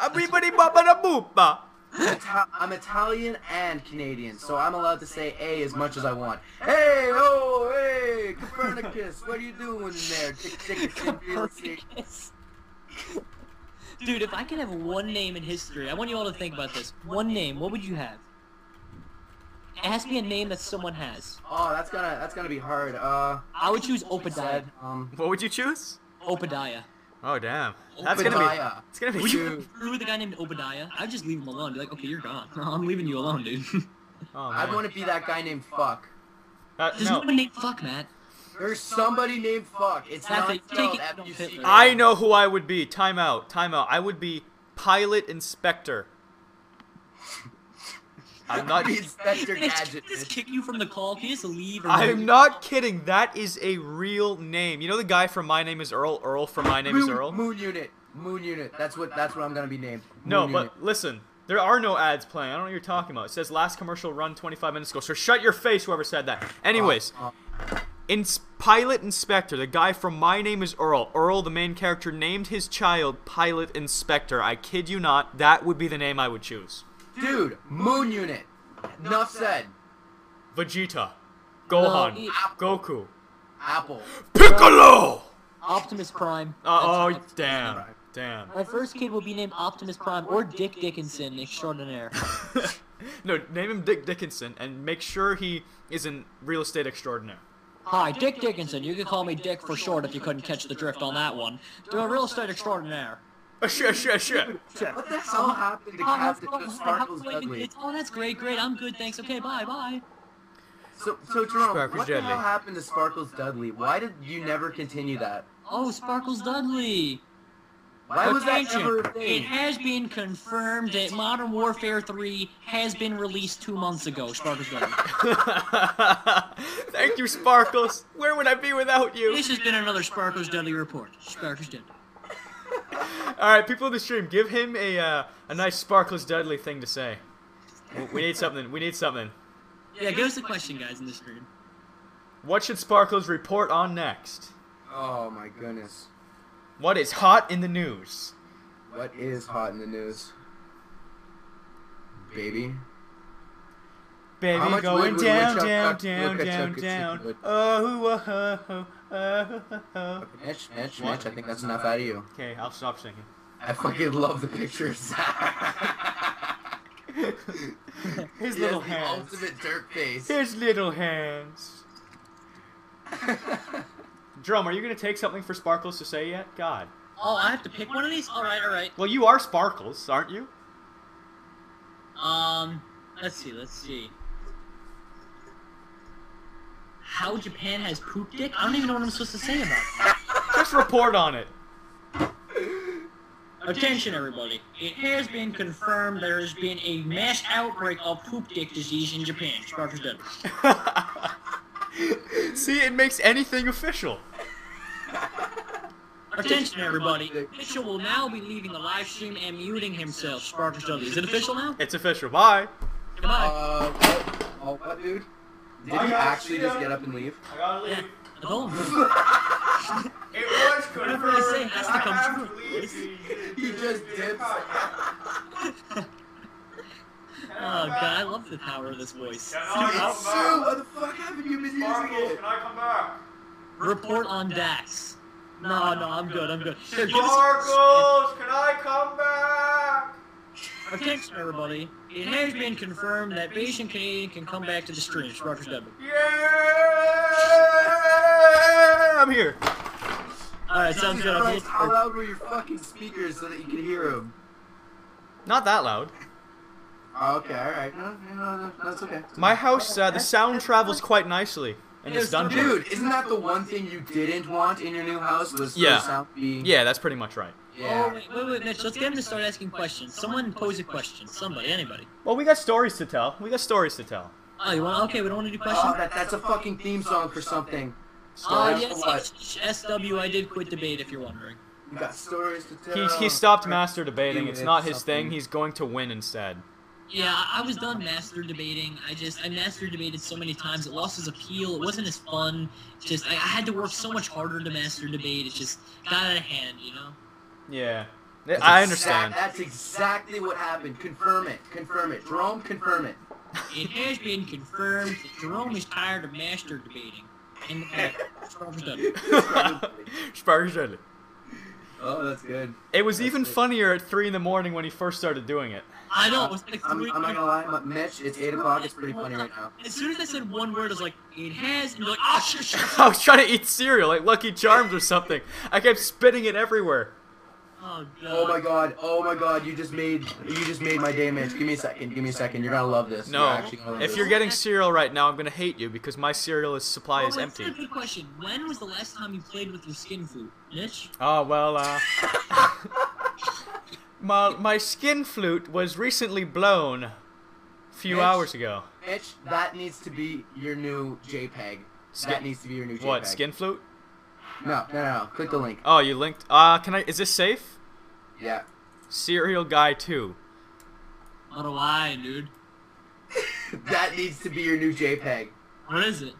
Speaker 1: Everybody baba boopa.
Speaker 3: Ita- I'm Italian and Canadian, so I'm allowed to say A as much as I want. Hey, oh, hey, Copernicus, what are you doing in there? Dick, Dickinson, Felix,
Speaker 2: Copernicus. *laughs* Dude, if I could have one name in history, I want you all to think about this. One name, what would you have? It has to be a name that someone has.
Speaker 3: Oh, that's gonna that's gonna be hard. Uh,
Speaker 2: I would choose Obadiah.
Speaker 3: um,
Speaker 1: What would you choose?
Speaker 2: Obadiah.
Speaker 1: Oh damn. That's gonna be.
Speaker 3: Obadiah.
Speaker 1: It's gonna be.
Speaker 2: Would
Speaker 1: huge.
Speaker 2: you screw with a guy named Obadiah? I'd just leave him alone. Be like, okay, you're gone. *laughs* I'm leaving you alone, dude. *laughs*
Speaker 1: Oh,
Speaker 3: I'd
Speaker 1: man.
Speaker 3: want to be that guy named Fuck.
Speaker 1: Uh,
Speaker 2: There's
Speaker 1: no.
Speaker 2: no one named Fuck Matt.
Speaker 3: There's somebody named Fuck. It's
Speaker 2: That's
Speaker 3: not
Speaker 2: it. Take
Speaker 3: spelled
Speaker 2: it,
Speaker 3: F U
Speaker 2: Adolf
Speaker 3: C K.
Speaker 2: Hitler.
Speaker 1: I know who I would be. Time out. Time out. I would be Pilot Inspector. I'm not.
Speaker 3: Be Inspector
Speaker 2: Can I just-
Speaker 3: Gadget.
Speaker 2: can I just
Speaker 3: bitch.
Speaker 2: kick you from the call? Can you just leave? or-
Speaker 1: I'm not kidding. That is a real name. You know the guy from My Name Is Earl. Earl from My Name Is
Speaker 3: Moon,
Speaker 1: Earl.
Speaker 3: Moon Unit. Moon Unit. That's what that's what I'm gonna be named.
Speaker 1: No,
Speaker 3: Moon Unit.
Speaker 1: but listen. There are no ads playing. I don't know what you're talking about. It says last commercial run 25 minutes ago. So shut your face, whoever said that. Anyways,
Speaker 3: Uh, uh,
Speaker 1: Ins- Pilot Inspector, the guy from My Name Is Earl, Earl, the main character, named his child Pilot Inspector. I kid you not. That would be the name I would choose.
Speaker 3: dude, Moon Unit. Enough said.
Speaker 1: Vegeta, Gohan,
Speaker 2: No, it-
Speaker 1: Goku,
Speaker 3: Apple.
Speaker 1: Piccolo.
Speaker 2: Optimus Prime.
Speaker 1: Uh,
Speaker 2: That's-
Speaker 1: oh
Speaker 2: that's-
Speaker 1: damn, damn.
Speaker 2: My first kid will be named Optimus Prime or Dick Dickinson extraordinaire.
Speaker 1: no, name him Dick Dickinson and make sure he is in real estate extraordinaire. *laughs*
Speaker 2: Hi, Dick Dickinson. You could call me Dick for short if you couldn't catch the drift on that one. Do a real estate extraordinaire.
Speaker 1: Uh, shit, shit, shit.
Speaker 3: What the hell happened to
Speaker 2: Oh, how-
Speaker 3: Captain
Speaker 2: how-
Speaker 3: Sparkles
Speaker 2: how-
Speaker 3: Dudley?
Speaker 2: it's- Oh, that's great, great. I'm good, thanks. Okay, bye, bye.
Speaker 3: So, so Jerome,
Speaker 1: Sparkles
Speaker 3: what the
Speaker 1: Dudley.
Speaker 3: hell happened to Sparkles Dudley? Why did you never continue that?
Speaker 2: Oh, Sparkles Dudley.
Speaker 3: Why was that
Speaker 2: Attention.
Speaker 3: ever a
Speaker 2: It
Speaker 3: thing?
Speaker 2: has been confirmed that Modern Warfare 3 has been released two months ago, Sparkles Dudley.
Speaker 1: *laughs* Thank you, Sparkles. Where would I be without you?
Speaker 2: this has been another Sparkles Dudley report. Sparkles Dudley.
Speaker 1: All right, people in the stream, give him a uh, a nice Sparkles Dudley thing to say. W- We need something. We need something.
Speaker 2: Yeah, give us a question, guys, in the stream.
Speaker 1: What should Sparkles report on next?
Speaker 3: Oh my goodness.
Speaker 1: What is hot in the news?
Speaker 3: What is hot in the news? Baby. How
Speaker 1: Baby
Speaker 3: much
Speaker 1: going
Speaker 3: wood would
Speaker 1: down,
Speaker 3: woodchuck
Speaker 1: down,
Speaker 3: cut-
Speaker 1: down,
Speaker 3: woodchuck
Speaker 1: down,
Speaker 3: could
Speaker 1: down.
Speaker 3: stick wood?
Speaker 1: Oh, oh, oh, oh, oh, oh, oh.
Speaker 3: Mitch, Mitch, Mitch, I think that's enough out of you.
Speaker 1: Okay, I'll stop singing.
Speaker 3: I fucking love the pictures.
Speaker 1: *laughs* His
Speaker 3: He has
Speaker 1: little
Speaker 3: the
Speaker 1: hands.
Speaker 3: ultimate dirt face.
Speaker 1: His little *laughs* hands. Drum, are you gonna take something for Sparkles to say yet? God.
Speaker 2: Oh, I have to pick one of these? Alright, alright.
Speaker 1: Well, you are Sparkles, aren't you?
Speaker 2: Um, let's see, let's see. How Japan has poop dick? I don't even know what I'm supposed to say about that.
Speaker 1: Just report on it. *laughs*
Speaker 2: Attention, everybody. It has been confirmed there has been a mass outbreak of poop dick disease in Japan. Sparkles Dudley.
Speaker 1: See, it makes anything official.
Speaker 2: Attention, everybody. Mitchell will now be leaving the live stream and muting himself. Sparkles Dudley. Is it official now?
Speaker 1: It's official. Bye.
Speaker 2: Goodbye.
Speaker 3: Uh, what? Oh, what, dude? Did
Speaker 1: I
Speaker 3: he
Speaker 1: got
Speaker 3: actually
Speaker 1: you.
Speaker 3: just get up and leave?
Speaker 1: I gotta
Speaker 2: Yeah. Adult.
Speaker 1: It was
Speaker 2: Whatever I say has to come true.
Speaker 3: He just dips.
Speaker 2: *laughs* Oh god, I love the power of this voice.
Speaker 3: It's true. What the fuck haven't you been using it?
Speaker 1: I come back?
Speaker 2: Report on Dax. No, no, I'm good, I'm good. Here, give us
Speaker 1: Sparkles, can I come back?
Speaker 2: attention, everybody. It has been confirmed that Bayesian Canadian can come back to the stream. Sparkers W.
Speaker 1: Yeah! I'm here.
Speaker 2: Alright, sounds good. I'm
Speaker 3: Christ, How
Speaker 2: both-
Speaker 3: loud were your fucking speakers so that you could hear him?
Speaker 1: Not that loud.
Speaker 3: Oh, okay, alright. No, no, no, that's okay.
Speaker 1: My house, uh, the sound travels quite nicely in this
Speaker 2: Yes,
Speaker 1: dungeon.
Speaker 3: Dude, isn't that the one thing you didn't want in your new house was for
Speaker 1: Yeah.
Speaker 3: the sound to be...
Speaker 1: Yeah, that's pretty much right.
Speaker 2: Oh,
Speaker 3: Yeah.
Speaker 2: wait, wait, wait, Mitch, let's get him to start asking questions. Someone pose a question. Somebody, anybody.
Speaker 1: Well, we got stories to tell. We got stories to tell.
Speaker 2: Oh, you want? Okay, we don't want to do
Speaker 3: Oh,
Speaker 2: questions.
Speaker 3: that, that's a fucking theme song for something.
Speaker 2: Oh,
Speaker 3: Stories to
Speaker 2: yes, yes, SW, I did quit debate, if you're wondering.
Speaker 3: You got stories to tell.
Speaker 1: He, he stopped master debating. It's not his thing.
Speaker 3: Something.
Speaker 1: He's going to win instead.
Speaker 2: Yeah, I- I was done master debating. I just I master debated so many times. It lost its appeal. It wasn't as fun. Just I, I had to work so much harder to master debate. It just got out of hand, you know.
Speaker 1: Yeah.
Speaker 3: That's
Speaker 1: I
Speaker 3: exact-
Speaker 1: understand. *laughs*
Speaker 3: that's exactly what happened. Confirm it. Confirm it. Jerome, confirm it.
Speaker 2: It has been confirmed that Jerome is tired of master
Speaker 3: *laughs*
Speaker 2: debating. And uh, Sparkles Dudley.
Speaker 1: Sparkles Dudley.
Speaker 3: Oh, that's good.
Speaker 1: It was
Speaker 3: That's
Speaker 1: even
Speaker 3: good.
Speaker 1: funnier at three in the morning when he first started doing it. *laughs*
Speaker 2: I know. It was like
Speaker 3: I'm,
Speaker 2: three
Speaker 3: I'm not gonna lie, M- Mitch. It's eight o'clock. It's pretty funny right now.
Speaker 2: As soon as I said one word, I was like, it has, and you're like, oh, sure, sure.
Speaker 1: I was trying to eat cereal, like Lucky Charms or something. I kept spitting it everywhere.
Speaker 2: *laughs* Oh, God.
Speaker 3: Oh my god. Oh my god. You just made you just made my day, Mitch. Give me a second. Give me a second. You're gonna love this.
Speaker 1: No.
Speaker 3: You're actually gonna love
Speaker 1: If
Speaker 3: this.
Speaker 1: you're getting cereal right now, I'm gonna hate you because my cereal is supply
Speaker 2: Oh,
Speaker 1: is
Speaker 2: wait,
Speaker 1: empty.
Speaker 2: That's a good question. When was the last time you played with your skin flute, Mitch?
Speaker 1: Oh well, uh, *laughs* my my skin flute was recently blown a few
Speaker 3: Mitch?
Speaker 1: hours ago.
Speaker 3: Mitch, that needs to be your new JPEG.
Speaker 1: Skin-
Speaker 3: That needs to be your new JPEG.
Speaker 1: What skin flute?
Speaker 3: No, no, no. no. Click the link.
Speaker 1: Oh, you linked. Uh, can I? Is this safe?
Speaker 3: Yeah. *laughs*
Speaker 1: Cereal guy two.
Speaker 2: What do I, dude?
Speaker 3: that needs to be your new JPEG. *laughs*
Speaker 2: What is it?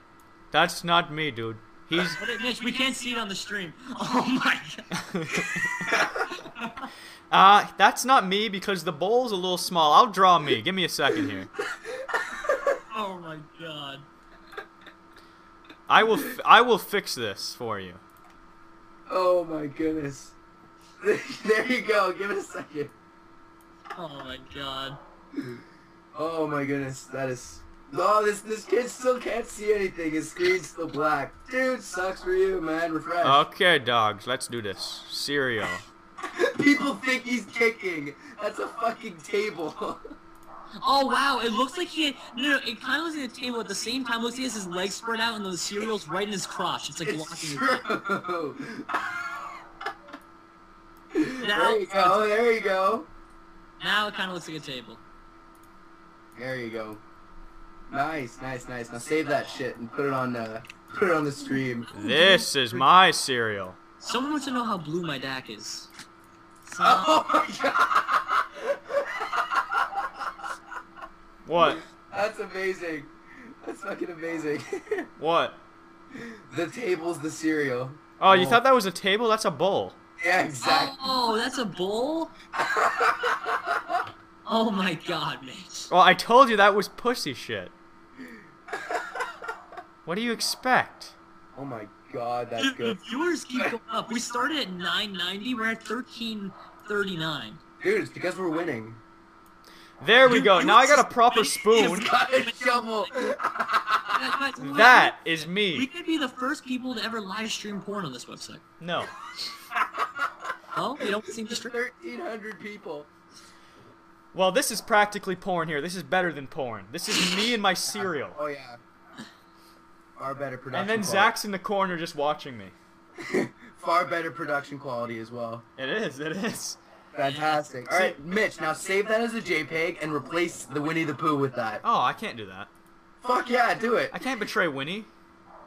Speaker 1: That's not me, dude. He's. *laughs*
Speaker 2: What is, Mitch, we can't see it on the stream. *laughs* Oh my god.
Speaker 1: uh, that's not me because the bowl's a little small. I'll draw me. Give me a second here.
Speaker 2: Oh my god.
Speaker 1: I will. F- I will fix this for you.
Speaker 3: Oh my goodness. *laughs* there you go. Give it a second.
Speaker 2: Oh my god.
Speaker 3: Oh my goodness. That is. Oh, this this kid still can't see anything. His screen's still black. Dude, sucks for you, man. Refresh.
Speaker 1: Okay, dogs. Let's do this. Cereal.
Speaker 3: *laughs* People think he's kicking. That's a fucking table.
Speaker 2: Oh wow, it looks like he no, no it kinda looks like a table at the same time looks like he has his legs spread out and the cereal's right in his crotch. It's like blocking
Speaker 3: it's
Speaker 2: his
Speaker 3: true. there you go. There you go.
Speaker 2: now it kinda looks like a table.
Speaker 3: There you go. Nice, nice, nice. Now save that shit and put it on uh, put it on the stream.
Speaker 1: This is my cereal.
Speaker 2: Someone wants to know how blue my DAC is. So,
Speaker 3: Oh my god!
Speaker 1: What?
Speaker 3: That's amazing. That's fucking amazing. *laughs*
Speaker 1: What?
Speaker 3: the table's the cereal.
Speaker 1: Oh, you
Speaker 3: Oh.
Speaker 1: thought that was a table? That's a bowl.
Speaker 3: Yeah, exactly.
Speaker 2: Oh, that's a bowl? Oh my god, Mitch.
Speaker 3: Oh,
Speaker 1: Well, Oh, I told you that was pussy shit. What do you expect?
Speaker 3: oh my god, that's
Speaker 2: Dude, the
Speaker 3: good.
Speaker 2: viewers keep going up. We started at 990. We're at 1339.
Speaker 3: Dude, it's because we're winning. *laughs*
Speaker 1: There we
Speaker 2: Dude,
Speaker 1: go.
Speaker 2: you
Speaker 1: Now I
Speaker 2: just-
Speaker 1: got a
Speaker 2: *laughs*
Speaker 1: proper spoon.
Speaker 2: It's
Speaker 3: Got a shovel.
Speaker 2: Guys, guys,
Speaker 1: That is
Speaker 2: We
Speaker 1: me.
Speaker 2: could be the first people to ever live stream porn on this website.
Speaker 1: No.
Speaker 2: Oh, we don't seem to stream.
Speaker 3: Thirteen hundred people.
Speaker 1: Well, this is practically porn here. This is better than porn. This is me and my cereal.
Speaker 3: Oh yeah. Far better production.
Speaker 1: And then
Speaker 3: quality.
Speaker 1: Zach's in the corner just watching me.
Speaker 3: Far better production quality as well.
Speaker 1: It is, it is.
Speaker 3: Fantastic. All right, Mitch. Now save that as a JPEG and replace the Winnie the Pooh with that.
Speaker 1: Oh, I can't do that.
Speaker 3: Fuck yeah, do it.
Speaker 1: I can't betray Winnie.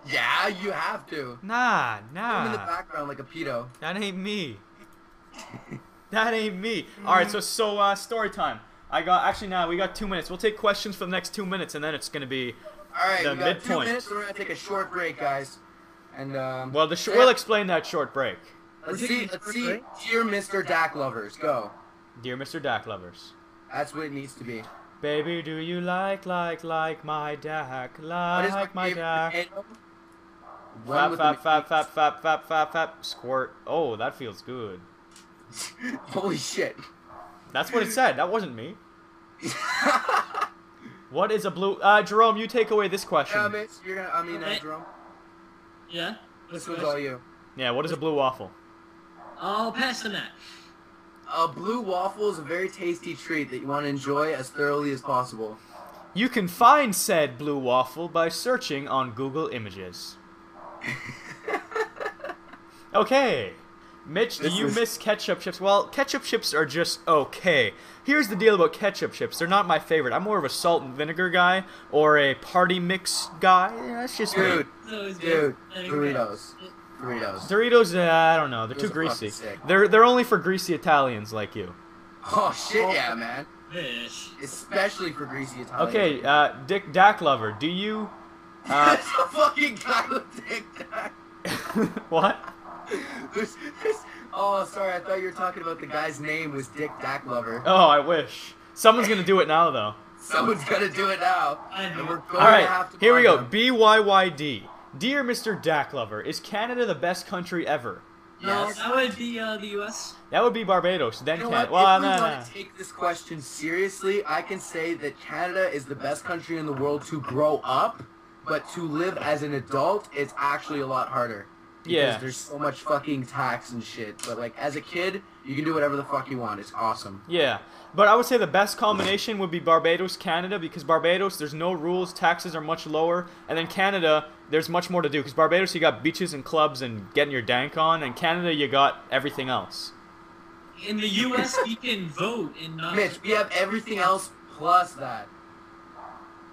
Speaker 3: Yeah, you have to.
Speaker 1: Nah,
Speaker 3: I'm in the
Speaker 1: nah.
Speaker 3: background like a pedo.
Speaker 1: That ain't me. That ain't me. All right, so so uh, story time. I got actually now we got two minutes. We'll take questions for the next two minutes, and then it's gonna be
Speaker 3: All right,
Speaker 1: The
Speaker 3: we got two
Speaker 1: midpoint.
Speaker 3: minutes. We're gonna take a short break, guys. And um.
Speaker 1: well. The sh- we'll explain that short break,
Speaker 3: let's see. Let's see. Dear Mr. Dak lovers, go.
Speaker 1: dear Mr. Dak lovers.
Speaker 3: That's what it needs to be.
Speaker 1: Baby, do you like like like my Dak?
Speaker 3: What is
Speaker 1: Like
Speaker 3: my
Speaker 1: my
Speaker 3: favorite
Speaker 1: Dak.
Speaker 3: potato? One
Speaker 1: Fap
Speaker 3: with
Speaker 1: fap
Speaker 3: the-
Speaker 1: fap fap fap fap fap fap. Squirt. Oh, that feels good.
Speaker 3: *laughs*
Speaker 1: *laughs*
Speaker 3: Holy shit.
Speaker 1: That's what it said. That wasn't me. What is a blue? Uh, Jerome, you take away this
Speaker 3: yeah,
Speaker 1: question.
Speaker 3: Mitch, you're gonna, I mean, uh,
Speaker 2: Hey.
Speaker 3: Jerome.
Speaker 2: Yeah?
Speaker 3: This was all you.
Speaker 1: Yeah. What is a blue waffle?
Speaker 2: Oh, pass the that.
Speaker 3: A blue waffle is a very tasty treat that you want to enjoy as thoroughly as possible.
Speaker 1: You can find said blue waffle by searching on Google
Speaker 3: *laughs*
Speaker 1: Images. okay. Mitch, do
Speaker 3: This
Speaker 1: you
Speaker 3: is-
Speaker 1: miss ketchup chips? Well, ketchup chips are just okay. Here's the deal about ketchup chips. They're not my favorite. I'm more of a salt and vinegar guy or a party mix guy. Yeah, that's just
Speaker 3: Dude,
Speaker 1: me.
Speaker 2: So it's
Speaker 3: dude,
Speaker 2: good.
Speaker 3: Doritos, Doritos.
Speaker 1: Doritos, uh, I don't know. They're
Speaker 3: Those
Speaker 1: too
Speaker 3: are fucking
Speaker 1: greasy.
Speaker 3: sick.
Speaker 1: They're they're only for greasy Italians like you.
Speaker 3: Oh shit, yeah, man.
Speaker 2: Fish.
Speaker 3: Especially for greasy Italian.
Speaker 1: Okay,
Speaker 3: *laughs*
Speaker 1: uh, Dick Dak lover, do you? Uh,
Speaker 3: That's a fucking guy with Tic Tac.
Speaker 1: what?
Speaker 3: There's- there's- *laughs* Oh, sorry, I thought you were talking about the guy's name was Dick Dak Lover.
Speaker 1: Oh, I wish. Someone's gonna do it now though.
Speaker 3: Someone's gonna do it now.
Speaker 2: I know.
Speaker 3: And we're going
Speaker 1: All
Speaker 3: to
Speaker 1: right,
Speaker 3: have to
Speaker 1: here we
Speaker 3: find
Speaker 1: go.
Speaker 3: him.
Speaker 1: BYYD. Dear Mr. Dak Lover, is Canada the best country ever?
Speaker 3: Yes.
Speaker 2: that would be uh, the U.S.
Speaker 1: That would be Barbados. Then
Speaker 3: You know
Speaker 1: Canada.
Speaker 3: what?
Speaker 1: Well,
Speaker 3: if we
Speaker 1: no, no.
Speaker 3: want to take this question seriously, I can say that Canada is the best country in the world to grow up, but to live as an adult, it's actually a lot harder. Because
Speaker 1: Yeah.
Speaker 3: There's so much fucking tax and shit. But like as a kid, you can do whatever the fuck you want. It's awesome.
Speaker 1: Yeah. But I would say the best combination would be Barbados, Canada, because Barbados, there's no rules, taxes are much lower. And then Canada, there's much more to do. Because Barbados, you got beaches and clubs and getting your dank on. And Canada, you got everything else.
Speaker 2: In the U.S., you can vote and not.
Speaker 3: Mitch, we have everything else plus that.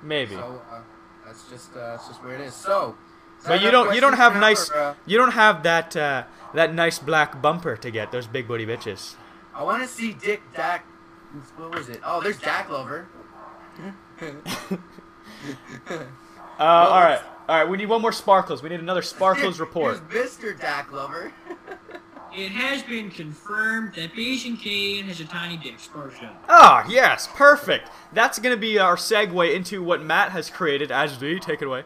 Speaker 1: Maybe.
Speaker 3: So uh, that's just uh, that's just where it is. So. is
Speaker 1: But
Speaker 3: that
Speaker 1: you
Speaker 3: enough
Speaker 1: don't you don't
Speaker 3: questions
Speaker 1: have
Speaker 3: now,
Speaker 1: nice
Speaker 3: or, uh,
Speaker 1: you don't have that uh, that nice black bumper to get those big booty bitches.
Speaker 3: I want to see Dick Dak. What was it? Oh, there's Dak Lover.
Speaker 1: Uh, all right, all right. We need one more sparkles. We need another sparkles *laughs*
Speaker 3: Here's- *laughs*
Speaker 1: report.
Speaker 3: Here's Mr. Dak Lover. *laughs*
Speaker 2: It has been confirmed that Asian Canadian has a tiny dick. Sparks up.
Speaker 1: Ah, yes, perfect. That's gonna be our segue into what Matt has created. As do take it away.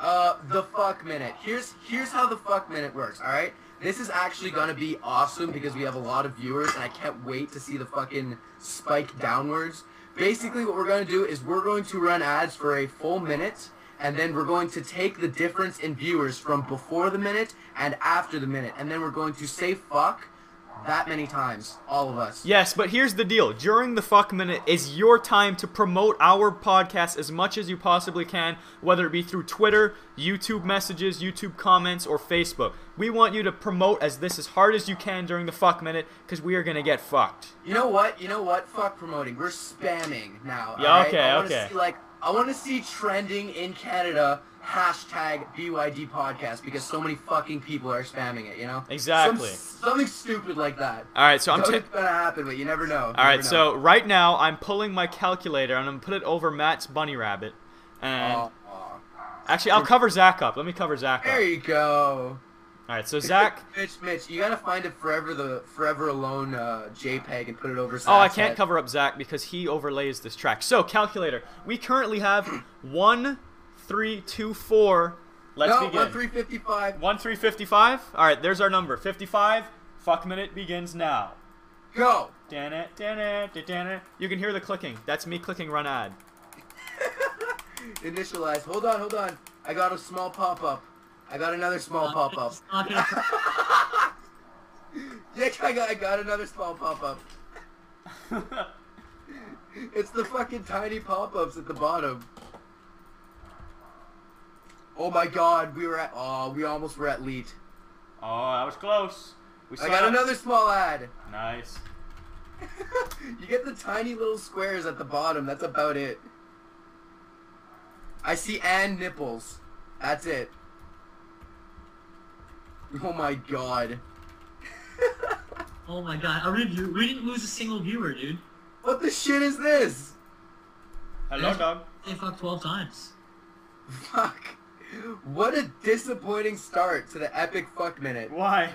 Speaker 3: Uh, the fuck minute. Here's here's how the fuck minute works. All right, this is actually gonna be awesome because we have a lot of viewers, and I can't wait to see the fucking spike downwards. Basically, what we're gonna do is we're going to run ads for a full minute, and then we're going to take the difference in viewers from before the minute and after the minute, and then we're going to say fuck that many times, all of us.
Speaker 1: Yes, but here's the deal. During the fuck minute is your time to promote our podcast as much as you possibly can, whether it be through Twitter, YouTube messages, YouTube comments, or Facebook. We want you to promote as this as hard as you can during the fuck minute because we are gonna get fucked.
Speaker 3: You know what? You know what? Fuck promoting. We're spamming now.
Speaker 1: Yeah,
Speaker 3: alright?
Speaker 1: okay,
Speaker 3: I wanna
Speaker 1: okay.
Speaker 3: See, like, I want to see trending in Canada hashtag BYD podcast because so many fucking people are spamming it. You know.
Speaker 1: Exactly.
Speaker 3: Some, something stupid like that.
Speaker 1: All right, so I'm. ta-
Speaker 3: Something's gonna happen, but you never know.
Speaker 1: All right, so right now I'm pulling my calculator and I'm gonna put it over Matt's bunny rabbit, and actually I'll cover Zach up. Let me cover Zach
Speaker 3: there
Speaker 1: up.
Speaker 3: you go.
Speaker 1: All right, so
Speaker 3: *laughs*
Speaker 1: Zach.
Speaker 3: Mitch, Mitch, you gotta find a forever the forever alone uh, JPEG and put it over.
Speaker 1: Oh, I
Speaker 3: Zach's
Speaker 1: can't
Speaker 3: head.
Speaker 1: cover up Zach because he overlays this track. So calculator, we currently
Speaker 3: *clears throat*
Speaker 1: have one, three, two, four. Let's
Speaker 3: No,
Speaker 1: begin.
Speaker 3: one three fifty five.
Speaker 1: One three fifty-five. All right, there's our number. Fifty-five. Fuck minute begins now.
Speaker 3: Go.
Speaker 1: Dan it, dan it, dan it. You can hear the clicking. That's me clicking run
Speaker 3: *laughs*
Speaker 1: ad.
Speaker 3: Initialize. Hold on, hold on. I got a small pop up. I got another small pop up.
Speaker 2: It's not gonna-
Speaker 3: *laughs* Yeah, I got, I got another small pop up.
Speaker 1: Oh,
Speaker 3: It's the fucking tiny pop ups at the bottom. Oh my god, we were at. Oh, we almost were at leet.
Speaker 1: Oh, that was close. We
Speaker 3: I got
Speaker 1: saw-
Speaker 3: another small ad.
Speaker 1: Nice.
Speaker 3: You get the tiny little squares at the bottom. That's about it. I see and nipples. That's it. Oh my god.
Speaker 2: oh my god, a review. We didn't lose a single viewer, dude.
Speaker 3: What the shit is this?
Speaker 1: Hello, dog.
Speaker 2: They fucked 12 times.
Speaker 3: Fuck. What a disappointing start to the epic fuck minute.
Speaker 1: Why?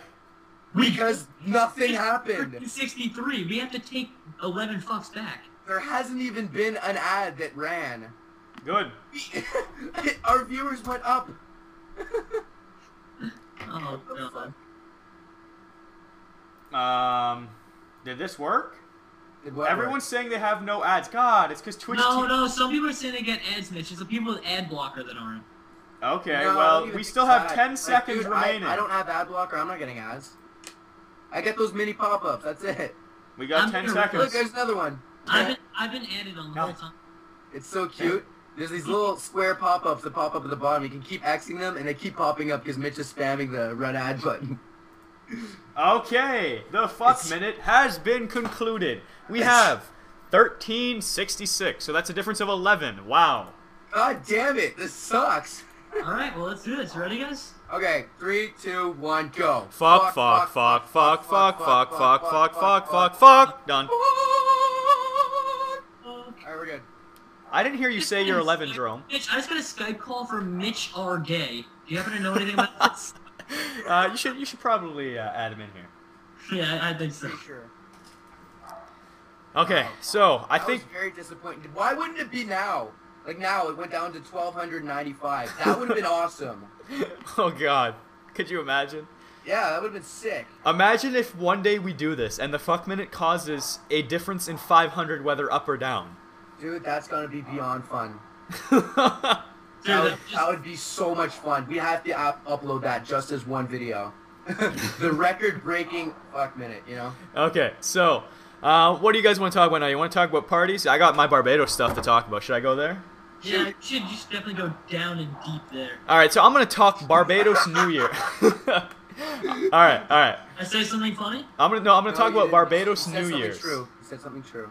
Speaker 2: We
Speaker 3: Because nothing happened.
Speaker 2: 63. We have to take 11 fucks back.
Speaker 3: There hasn't even been an ad that ran. *laughs*
Speaker 1: Good.
Speaker 3: Our viewers went up.
Speaker 2: Oh
Speaker 3: What the
Speaker 2: no.
Speaker 3: fuck?
Speaker 1: Um, did this work?
Speaker 3: Did what
Speaker 1: Everyone's saying they have no ads. God, it's because Twitch.
Speaker 2: No,
Speaker 1: T-
Speaker 2: no, some people are saying they get ads, Mitch. It's the people with ad blocker that aren't.
Speaker 1: Okay,
Speaker 3: No, I don't
Speaker 1: well,
Speaker 3: even
Speaker 1: we
Speaker 3: think
Speaker 1: still
Speaker 3: it's
Speaker 1: have
Speaker 3: ad.
Speaker 1: 10
Speaker 3: Like,
Speaker 1: seconds
Speaker 3: dude, I-
Speaker 1: remaining.
Speaker 3: I, don't have ad blocker. I'm not getting ads. I get those mini pop-ups. That's it.
Speaker 1: We got
Speaker 2: I'm
Speaker 1: 10
Speaker 2: gonna-
Speaker 1: seconds.
Speaker 3: Look, there's another one.
Speaker 2: I've been, I've been added on the
Speaker 1: No.
Speaker 2: whole time.
Speaker 3: It's so cute. There's these little square pop-ups that pop up at the bottom. You can keep Xing them, and they keep popping up because Mitch is spamming the run ad button. *laughs*
Speaker 1: Okay, the fuck
Speaker 3: It's-
Speaker 1: minute has been concluded. We
Speaker 3: It's-
Speaker 1: have 1366, so that's a difference of 11. Wow.
Speaker 3: God damn it! This sucks.
Speaker 2: All right, well let's do this. Ready, guys?
Speaker 3: Okay, three, two, one, go.
Speaker 1: Fuck, fuck, fuck, fuck, fuck, fuck, fuck, fuck, fuck, fuck, fuck. Done.
Speaker 3: Alright, we're good.
Speaker 1: I didn't hear you say you're 11,
Speaker 3: *laughs*
Speaker 1: Jerome.
Speaker 2: Mitch, I just got a Skype call from Mitch R. Gay. Do you happen to know anything
Speaker 3: *laughs*
Speaker 2: about this?
Speaker 1: Uh, you should you should probably uh, add him in here.
Speaker 2: yeah, I, I think so.
Speaker 3: Pretty sure.
Speaker 1: Okay, so I
Speaker 3: I
Speaker 1: think *laughs*
Speaker 3: was very disappointed. Why wouldn't it be now? Like now, it went down to 1,295. That would have been awesome.
Speaker 1: Oh God, could you imagine?
Speaker 3: Yeah, that would have been sick.
Speaker 1: Imagine if one day we do this and the fuck minute causes a difference in 500 whether up or down. *laughs*
Speaker 3: Dude, that's gonna be beyond fun.
Speaker 2: Dude,
Speaker 3: that, would,
Speaker 2: that just-
Speaker 3: that would be so much fun. We have to up- upload that just as one video. *laughs* the record-breaking fuck minute, you know.
Speaker 1: okay, so uh, what do you guys want to talk about now? You want to talk about parties? I got my Barbados stuff to talk about. Should I go there?
Speaker 2: Yeah, you should just definitely go down and deep there.
Speaker 1: All right, so I'm gonna talk Barbados New Year. *laughs* all right, all right.
Speaker 2: I say something funny?
Speaker 1: I'm gonna no, I'm gonna
Speaker 3: No,
Speaker 1: talk
Speaker 3: you
Speaker 1: about
Speaker 3: didn't.
Speaker 1: Barbados
Speaker 3: You said
Speaker 1: New
Speaker 3: something
Speaker 1: Year's.
Speaker 3: True. You said something true.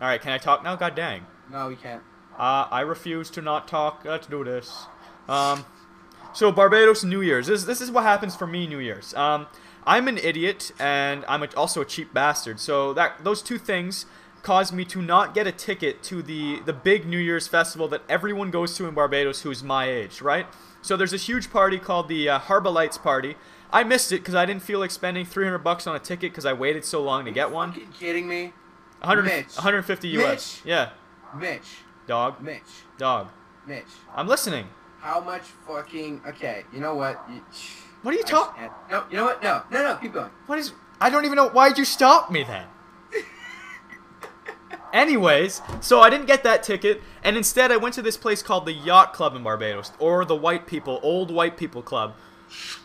Speaker 1: All right, can I talk now? God dang.
Speaker 3: No, we can't.
Speaker 1: Uh, I refuse to not talk. Let's do this. Um, so Barbados New Year's. This this is what happens for me New Year's. Um, I'm an idiot and I'm a, also a cheap bastard. So that those two things caused me to not get a ticket to the the big New Year's festival that everyone goes to in Barbados who is my age, right? So there's this huge party called the uh, Harbor Lights party. I missed it because I didn't feel like spending 300 bucks on a ticket because I waited so long to get one.
Speaker 3: Fucking kidding me,
Speaker 1: 100,
Speaker 3: Mitch.
Speaker 1: 150 US.
Speaker 3: Mitch.
Speaker 1: Yeah,
Speaker 3: Mitch?
Speaker 1: dog,
Speaker 3: Mitch?
Speaker 1: dog.
Speaker 3: Mitch?
Speaker 1: I'm listening.
Speaker 3: How much fucking? Okay, you know what? You,
Speaker 1: What are you
Speaker 3: I
Speaker 1: talking?
Speaker 3: can't. No, you know what? No, no, no. Keep going.
Speaker 1: What is? I don't even know. Why'd you stop me then? Anyways, so I didn't get that ticket, and instead I went to this place called the Yacht Club in Barbados, or the White People, Old White People Club,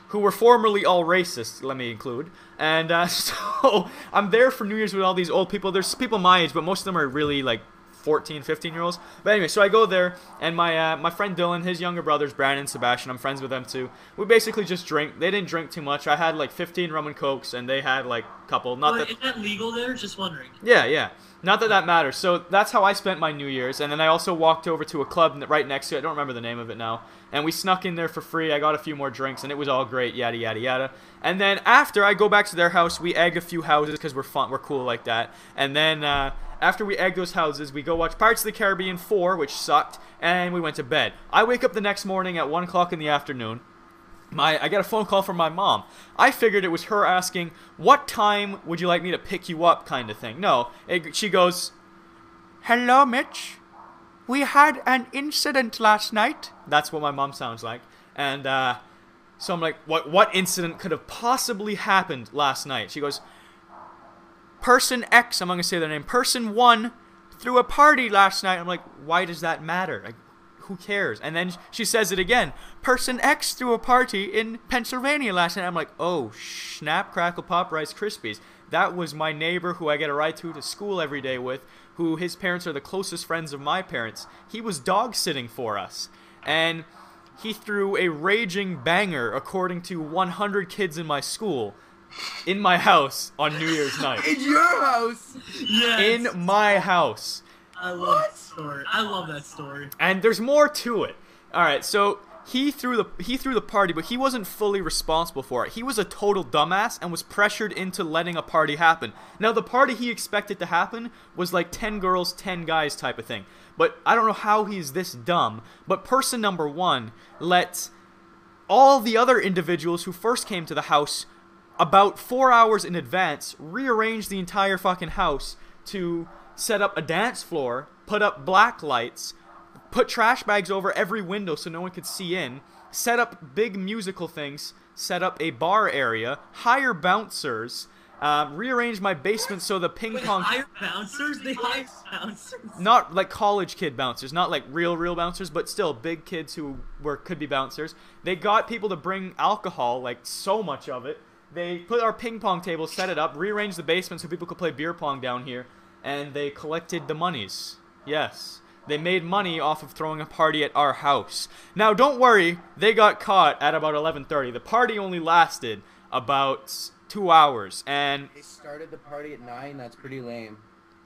Speaker 1: who were formerly all racist, let me include. And uh, *laughs* so I'm there for New Year's with all these old people. There's people my age, but most of them are really like 14, 15 year olds. But anyway, so I go there, and my uh, my friend Dylan, his younger brothers Brandon, Sebastian, I'm friends with them too. We basically just drink. They didn't drink too much. I had like 15 rum and cokes, and they had like a couple. Not
Speaker 2: But
Speaker 1: that
Speaker 2: is that legal there? Just wondering.
Speaker 1: yeah, yeah. Not that that matters. So that's how I spent my New Year's, and then I also walked over to a club n- right next to it. I don't remember the name of it now, and we snuck in there for free. I got a few more drinks, and it was all great. Yada yada yada. And then after I go back to their house, we egg a few houses because we're fun, we're cool like that. And then uh, after we egg those houses, we go watch Pirates of the Caribbean 4, which sucked, and we went to bed. I wake up the next morning at one o'clock in the afternoon my I got a phone call from my mom. I figured it was her asking, "What time would you like me to pick you up?" kind of thing. No, it, she goes, "Hello, Mitch. We had an incident last night." That's what my mom sounds like, and uh, so I'm like, "What? What incident could have possibly happened last night?" She goes, "Person X. I'm not gonna say their name. Person One threw a party last night." I'm like, "Why does that matter?" Like, who cares? And then she says it again. Person X threw a party in Pennsylvania last night. I'm like, oh, snap, crackle, pop, Rice Krispies. That was my neighbor who I get a ride to to school every day with, who his parents are the closest friends of my parents. He was dog sitting for us. And he threw a raging banger, according to 100 kids in my school, in my house on New Year's night.
Speaker 3: In your house?
Speaker 2: Yes.
Speaker 1: In my house.
Speaker 2: I love that story. I love that story.
Speaker 1: and there's more to it. All right, so he threw the he threw the party, but he wasn't fully responsible for it. He was a total dumbass and was pressured into letting a party happen. Now the party he expected to happen was like 10 girls, 10 guys type of thing. But I don't know how he's this dumb, but person number 1 let all the other individuals who first came to the house about four hours in advance rearrange the entire fucking house to set up a dance floor, put up black lights, put trash bags over every window so no one could see in, set up big musical things, set up a bar area, hire bouncers, um, rearrange my basement so the ping
Speaker 2: Wait,
Speaker 1: pong
Speaker 2: hire bouncers? They hire bouncers?
Speaker 1: not like college kid bouncers, not like real real bouncers, but still big kids who were could be bouncers. They got people to bring alcohol, like so much of it. They put our ping pong table, set it up, rearranged the basement so people could play beer pong down here, and they collected the monies. Yes. They made money off of throwing a party at our house. Now don't worry, they got caught at about 11:30. The party only lasted about 2 hours and
Speaker 3: They started the party at nine. That's pretty lame.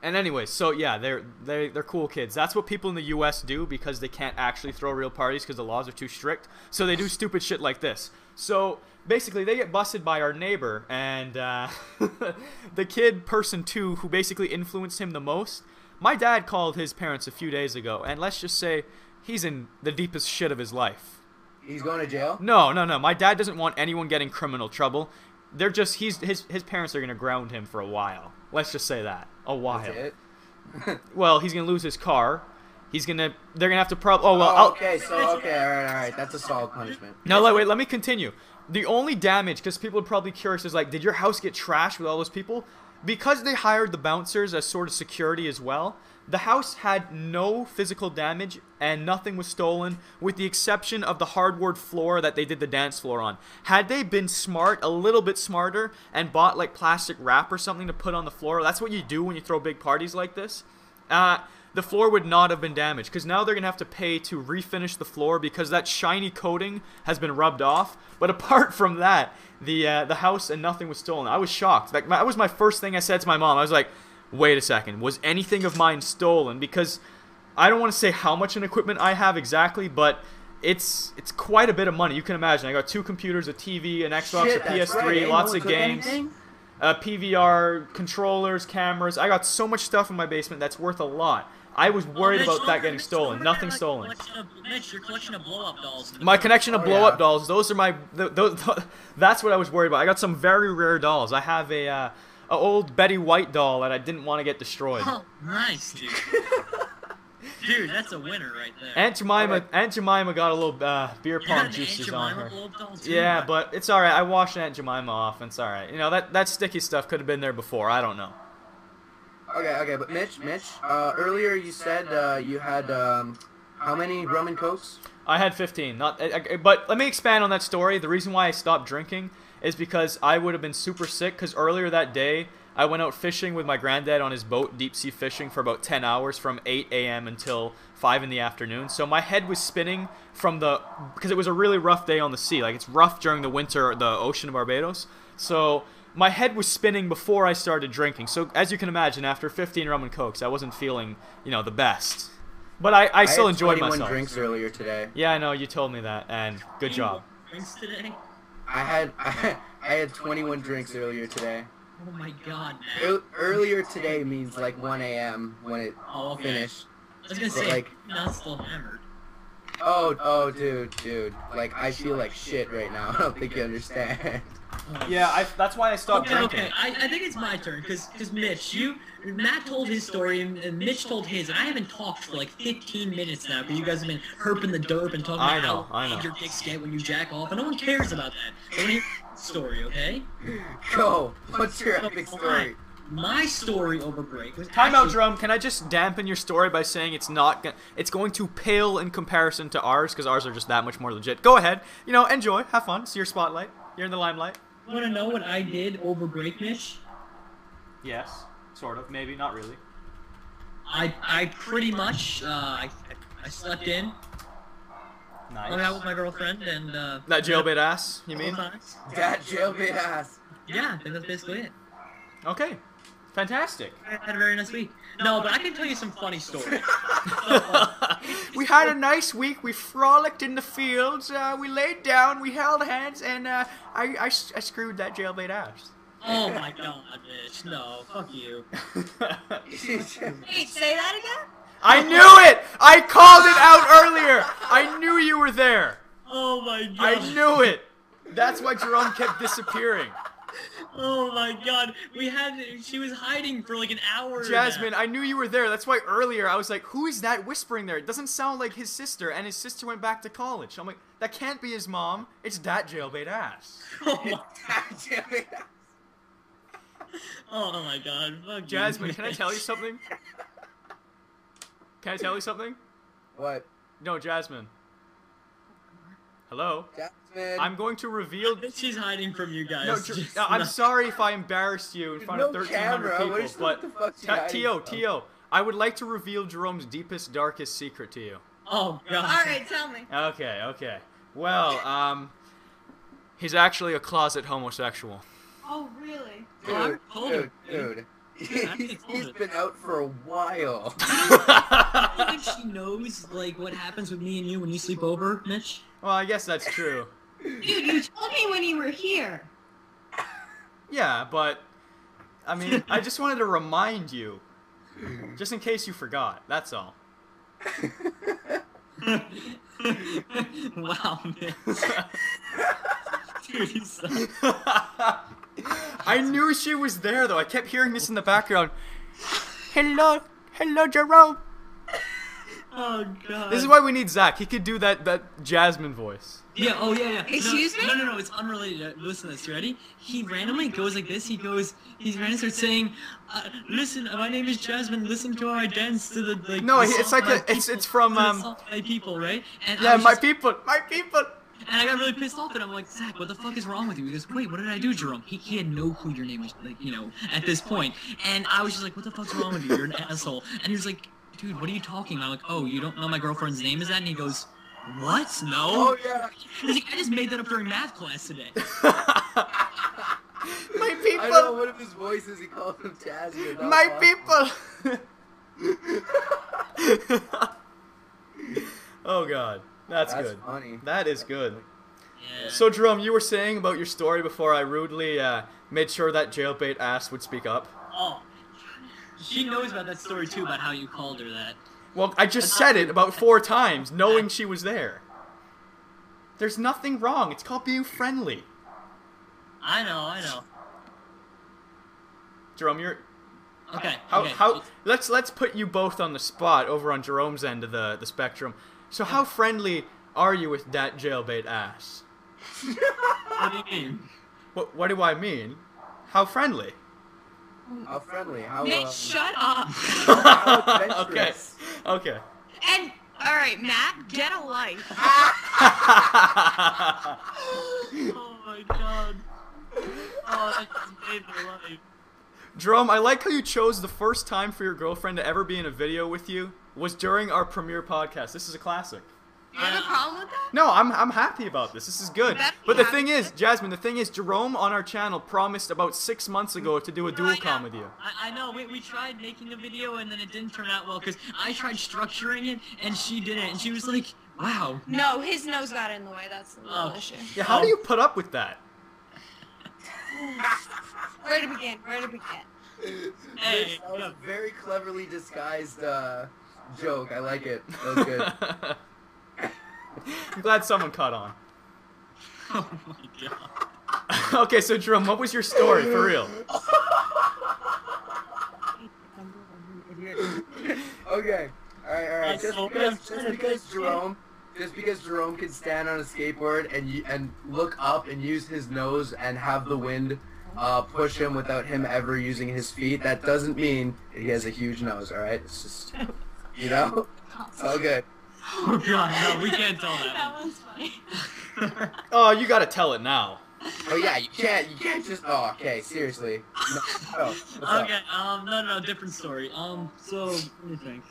Speaker 1: and anyway, so yeah, they're they they're cool kids. That's what people in the U.S. do because they can't actually throw real parties because the laws are too strict. So they do stupid shit like this. So basically, they get busted by our neighbor and uh, *laughs* the kid person two who basically influenced him the most. My dad called his parents a few days ago, and let's just say he's in the deepest shit of his life.
Speaker 3: He's going to jail.
Speaker 1: No, no, no. My dad doesn't want anyone getting criminal trouble. They're just he's his his parents are gonna ground him for a while. Let's just say that a while.
Speaker 3: That's it.
Speaker 1: Well, he's gonna lose his car. He's gonna. They're gonna have to probably. Oh well.
Speaker 3: Oh,
Speaker 1: I'll,
Speaker 3: okay, so okay, all right, all right. That's a solid punishment.
Speaker 1: No, like, wait, let me continue. The only damage, because people are probably curious, is like, did your house get trashed with all those people? Because they hired the bouncers as sort of security as well, the house had no physical damage and nothing was stolen, with the exception of the hardwood floor that they did the dance floor on. Had they been smart, a little bit smarter, and bought like plastic wrap or something to put on the floor, that's what you do when you throw big parties like this. Uh, the floor would not have been damaged because now they're gonna have to pay to refinish the floor because that shiny coating has been rubbed off. But apart from that, the uh, the house and nothing was stolen. I was shocked. Like my, that was my first thing I said to my mom. I was like, "Wait a second, was anything of mine stolen?" Because I don't want to say how much in equipment I have exactly, but it's it's quite a bit of money. You can imagine. I got two computers, a TV, an Xbox,
Speaker 3: Shit,
Speaker 1: a
Speaker 3: that's
Speaker 1: PS3,
Speaker 3: right. Ain't no
Speaker 1: lots
Speaker 3: one
Speaker 1: of
Speaker 3: took
Speaker 1: games
Speaker 3: anything?
Speaker 1: uh, PVR controllers, cameras. I got so much stuff in my basement that's worth a lot. I was worried
Speaker 2: Mitch,
Speaker 1: about
Speaker 2: look
Speaker 1: that
Speaker 2: at
Speaker 1: getting
Speaker 2: Mitch,
Speaker 1: stolen.
Speaker 2: look at
Speaker 1: Nothing
Speaker 2: that
Speaker 1: stolen.
Speaker 2: collection of- Mitch, your collection of blow-up dolls.
Speaker 1: My connection to
Speaker 3: Oh,
Speaker 1: blow up
Speaker 3: yeah.
Speaker 1: dolls. Those are my. Th- *laughs* those, that's what I was worried about. I got some very rare dolls. I have a, uh, a old Betty White doll that I didn't want to get destroyed.
Speaker 2: Oh, nice, dude. dude, that's a winner right there.
Speaker 1: Aunt Jemima.
Speaker 3: Alright.
Speaker 1: Aunt Jemima got a little uh, beer
Speaker 2: You had
Speaker 1: pong
Speaker 2: an
Speaker 1: juices
Speaker 2: Aunt
Speaker 1: on
Speaker 2: Jemima
Speaker 1: her.
Speaker 2: blow-up doll, too?
Speaker 1: Yeah, but it's all right. I washed Aunt Jemima off. And it's all right. You know that that sticky stuff could have been there before. I don't know.
Speaker 3: Okay, okay, but Mitch, Mitch, uh, earlier you said uh, you had um, how many rum and cokes?
Speaker 1: I had 15. Not, I, I- but let me expand on that story. The reason why I stopped drinking is because I would have been super sick. Because earlier that day, I went out fishing with my granddad on his boat, deep sea fishing, for about 10 hours from 8 a.m. until 5 in the afternoon. So my head was spinning from the because it was a really rough day on the sea. Like it's rough during the winter, the ocean of Barbados. So my head was spinning before I started drinking. So as you can imagine, after 15 rum and cokes, I wasn't feeling you know the best. But I, I still
Speaker 3: I had
Speaker 1: enjoyed
Speaker 3: 21
Speaker 1: myself.
Speaker 3: drinks earlier today.
Speaker 1: Yeah, I know you told me that, and good
Speaker 2: Any
Speaker 1: job.
Speaker 2: drinks today?
Speaker 3: I had *laughs* I, had 21 drinks earlier today.
Speaker 2: Oh my god, man.
Speaker 3: Ear- E-, Earlier today means like 1 a.m. when it
Speaker 2: Oh, okay.
Speaker 3: finished.
Speaker 2: I was gonna
Speaker 3: But,
Speaker 2: say,
Speaker 3: like-
Speaker 2: not still hammered.
Speaker 3: Oh, oh, dude, dude. Like I feel like shit right now. *laughs* I don't think you understand. *laughs*
Speaker 2: Oh,
Speaker 1: Yeah, I, that's why I stopped
Speaker 2: Okay,
Speaker 1: drinking.
Speaker 2: okay. I, I think it's my turn because Mitch, you Matt told his story and, and Mitch told his, and I haven't talked for like 15 minutes now because you guys have been herping the derp and talking
Speaker 1: I know,
Speaker 2: about
Speaker 1: I
Speaker 2: how
Speaker 1: know.
Speaker 2: big your dicks get when you jack off, and no one cares about that. I want to hear your story, okay?
Speaker 3: Go. What's your epic story?
Speaker 2: My story over break was
Speaker 1: Time out,
Speaker 2: actually-
Speaker 1: drum. Can I just dampen your story by saying it's not? Go- it's going to pale in comparison to ours because ours are just that much more legit. Go ahead. You know, enjoy, have fun. It's your spotlight. You're in the limelight.
Speaker 2: Want to know what I did over break, Mitch?
Speaker 1: Yes, sort of, maybe, not really.
Speaker 2: I I pretty much uh, I I slept in, hung out with my girlfriend, and uh,
Speaker 1: That jailbait ass, you mean?
Speaker 3: That jailbait ass. *laughs*
Speaker 2: Yeah, and that's basically it.
Speaker 1: Okay, fantastic.
Speaker 2: I had a very nice week. No, but I can tell you some
Speaker 1: *laughs*
Speaker 2: funny stories.
Speaker 1: we had a nice week. We frolicked in the fields. Uh, we laid down. We held hands, and uh, I, I, s- I screwed that jailbait ass.
Speaker 2: Oh my god, Mitch. No, fuck you.
Speaker 4: Wait, say that again?
Speaker 1: I knew it! I called it out earlier! I knew you were there!
Speaker 2: Oh my god.
Speaker 1: I knew it! That's why Jerome kept disappearing.
Speaker 2: Oh my god. We had. She was hiding for like an hour. and a half.
Speaker 1: Jasmine, I knew you were there. That's why earlier I was like, who is that whispering there? It doesn't sound like his sister, and his sister went back to college. I'm like, that can't be his mom. It's that jailbait ass.
Speaker 2: *laughs* Oh my,
Speaker 3: That jailbait ass.
Speaker 2: oh my god. Fuck you,
Speaker 1: Jasmine, can I
Speaker 2: Mitch.
Speaker 1: tell you something? Can I tell you something?
Speaker 3: What?
Speaker 1: No, Jasmine. Hello?
Speaker 3: Jasmine.
Speaker 1: I'm going to reveal.
Speaker 2: *laughs* She's hiding from you guys. *laughs*
Speaker 1: No, Jer-
Speaker 2: Just
Speaker 1: no, I'm
Speaker 2: not-
Speaker 1: sorry if I embarrassed you in front of
Speaker 3: no
Speaker 1: 1,300
Speaker 3: camera. What
Speaker 1: people,
Speaker 3: is-
Speaker 1: but
Speaker 3: what the fuck's she
Speaker 1: Ta-
Speaker 3: hiding
Speaker 1: Tio,
Speaker 3: from?
Speaker 1: Tio, I would like to reveal Jerome's deepest, darkest secret to you.
Speaker 2: Oh god. *laughs*
Speaker 4: Alright, tell me.
Speaker 1: Okay, okay. Well, um, he's actually a closet homosexual. *laughs*
Speaker 4: Oh, really?
Speaker 2: Well, I
Speaker 3: Dude,
Speaker 2: told
Speaker 3: dude,
Speaker 2: him,
Speaker 3: dude.
Speaker 2: I
Speaker 3: He's-
Speaker 2: told
Speaker 3: he's
Speaker 2: him.
Speaker 3: been out for a while.
Speaker 1: well,
Speaker 2: I think she knows like what happens with me and you when you sleep over, Mitch.
Speaker 1: I guess that's true.
Speaker 4: Dude, you told me when you were here.
Speaker 1: Yeah, but I mean, I just wanted to remind you, just in case you forgot. That's all.
Speaker 2: *laughs* wow,
Speaker 1: *laughs*
Speaker 2: Mitch. *laughs* Dude, he's so...
Speaker 1: I knew she was there though. I kept hearing this in the background. Hello, hello, Jerome.
Speaker 2: Oh god.
Speaker 1: This is why we need Zach. He could do that that Jasmine voice.
Speaker 2: Yeah. Oh yeah. yeah. No,
Speaker 4: Excuse me?
Speaker 2: No, no, no. It's unrelated. Uh, Listen to this. You ready? He randomly goes like this. He goes. He's randomly starts saying, uh, "Listen, uh, my name is Jasmine. Listen to how I dance to the like."
Speaker 1: No,
Speaker 2: the
Speaker 1: he- it's
Speaker 2: song
Speaker 1: like
Speaker 2: by
Speaker 1: a- it's-
Speaker 2: people-
Speaker 1: it's from,
Speaker 2: to the
Speaker 1: um,
Speaker 2: song by people, right? And I
Speaker 1: Yeah,
Speaker 2: was
Speaker 1: my
Speaker 2: just-
Speaker 1: people, my people.
Speaker 2: And I got really pissed off, and I'm like, Zach, what the fuck is wrong with you? He goes, Wait, what did I do, Jerome? He, he had no clue your name was, like, you know, at this point. And I was just like, What the fuck's wrong with you? You're an asshole. And he was like, Dude, what are you talking about? I'm like, Oh, you don't know my girlfriend's name is that? And he goes, What? No.
Speaker 3: Oh yeah.
Speaker 2: He's like, I just made that up during math
Speaker 1: *laughs*
Speaker 2: class today.
Speaker 1: my
Speaker 3: I know
Speaker 1: people,
Speaker 3: one of his voices. He called him Jasmine. That
Speaker 1: my
Speaker 3: was
Speaker 1: people.
Speaker 3: awesome.
Speaker 1: *laughs* oh god, that's,
Speaker 3: That's
Speaker 1: good.
Speaker 3: funny.
Speaker 1: That is good.
Speaker 2: Yeah.
Speaker 1: So Jerome, you were saying about your story before I rudely uh, made sure that jailbait ass would speak up.
Speaker 2: oh. She knows about that story too, about how you called her that.
Speaker 1: Well, I just said it about four times, knowing she was there. There's nothing wrong. It's called being friendly.
Speaker 2: I know, I know.
Speaker 1: Jerome, you're
Speaker 2: Okay.
Speaker 1: how,
Speaker 2: okay.
Speaker 1: how let's let's put you both on the spot over on Jerome's end of the, the spectrum. So how friendly are you with that jailbait ass?
Speaker 2: What do you mean?
Speaker 1: What what do I mean? How friendly?
Speaker 3: How friendly? How?
Speaker 4: Mitch,
Speaker 3: Uh,
Speaker 4: shut up.
Speaker 1: okay.
Speaker 3: adventurous.
Speaker 1: *laughs* Okay.
Speaker 4: And all right, Matt, get a life.
Speaker 2: Oh my god. Oh, that just made my life.
Speaker 1: Jerome, I like how you chose the first time for your girlfriend to ever be in a video with you was during our premiere podcast. This is a classic.
Speaker 4: You have
Speaker 2: Uh,
Speaker 4: a problem with that?
Speaker 1: No, I'm, I'm happy about this. This is good.
Speaker 4: That's
Speaker 1: But the
Speaker 4: happy.
Speaker 1: thing is, Jasmine, the thing is, Jerome on our channel promised about six months ago to do a dual
Speaker 4: I
Speaker 1: com
Speaker 4: know.
Speaker 1: with you.
Speaker 2: I, I know, we, we tried making the video and then it didn't turn out well because I tried structuring it and she didn't. And she was like, wow.
Speaker 4: No, his nose got in the way. That's the real
Speaker 2: Oh.
Speaker 4: issue.
Speaker 1: Yeah, how do you put up with that?
Speaker 4: Where to begin? Where to begin?
Speaker 2: *laughs* Hey,
Speaker 3: that was
Speaker 2: look.
Speaker 3: a very cleverly disguised uh, joke. I like it. That was good.
Speaker 1: I'm *laughs* glad someone caught on. *laughs*
Speaker 2: Oh my god.
Speaker 1: okay, so Jerome, what was your story for real? *laughs*
Speaker 2: *laughs*
Speaker 3: okay. All right, all right.
Speaker 2: That's
Speaker 3: Just
Speaker 2: so
Speaker 3: because,
Speaker 2: good.
Speaker 3: just because Jerome, just because Jerome can stand on a skateboard and y- and look up and use his nose and have the wind uh, push him without him ever using his feet, that doesn't mean that he has a huge nose. All right, it's just you know. Okay.
Speaker 2: Oh god, no, we can't tell that.
Speaker 4: That was funny.
Speaker 2: one.
Speaker 1: Oh, you gotta tell it now. *laughs*
Speaker 3: Oh yeah, you can't. You can't just. Oh, okay. Seriously. No, no. What's
Speaker 2: *laughs*
Speaker 3: up?
Speaker 2: okay, um, no, no, different story. Um, so, let me think.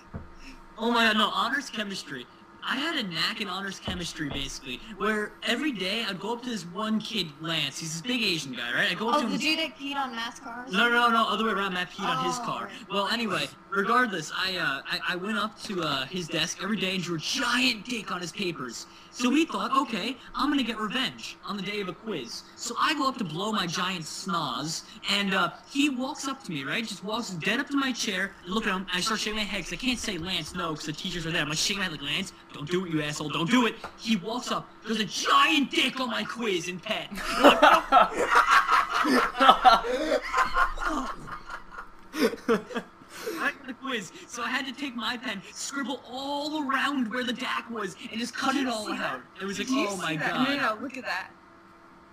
Speaker 2: Oh my god, no, honors chemistry. I had a knack in honors chemistry, basically, where every day I'd go up to this one kid, Lance. He's this big Asian guy, right? I go up
Speaker 4: Oh,
Speaker 2: to him.
Speaker 4: the dude that peed on NASCAR.
Speaker 2: No, no, no, other way around. Matt peed on his
Speaker 4: Oh.
Speaker 2: car. Well, anyway, regardless, I uh, I, I went up to uh, his desk every day and drew a giant dick on his papers. So we thought, okay, I'm gonna get revenge on the day of a quiz. So I go up to blow my giant snoz, and uh, he walks up to me, right? Just walks dead up to my chair. I Look at him. I start shaking my head 'cause I can't say Lance no, 'cause the teachers are there. I'm like shaking my head like Lance, don't do it, you asshole, don't do it. He walks up. There's a giant dick on my quiz in pet. *laughs* right in the quiz. So I had to take my pen, scribble all around where the DAC was, and just cut it all out. It was like,
Speaker 4: Did you
Speaker 2: oh
Speaker 4: see
Speaker 2: my
Speaker 4: that?
Speaker 2: god.
Speaker 4: No, no, look
Speaker 2: *laughs*
Speaker 4: at that.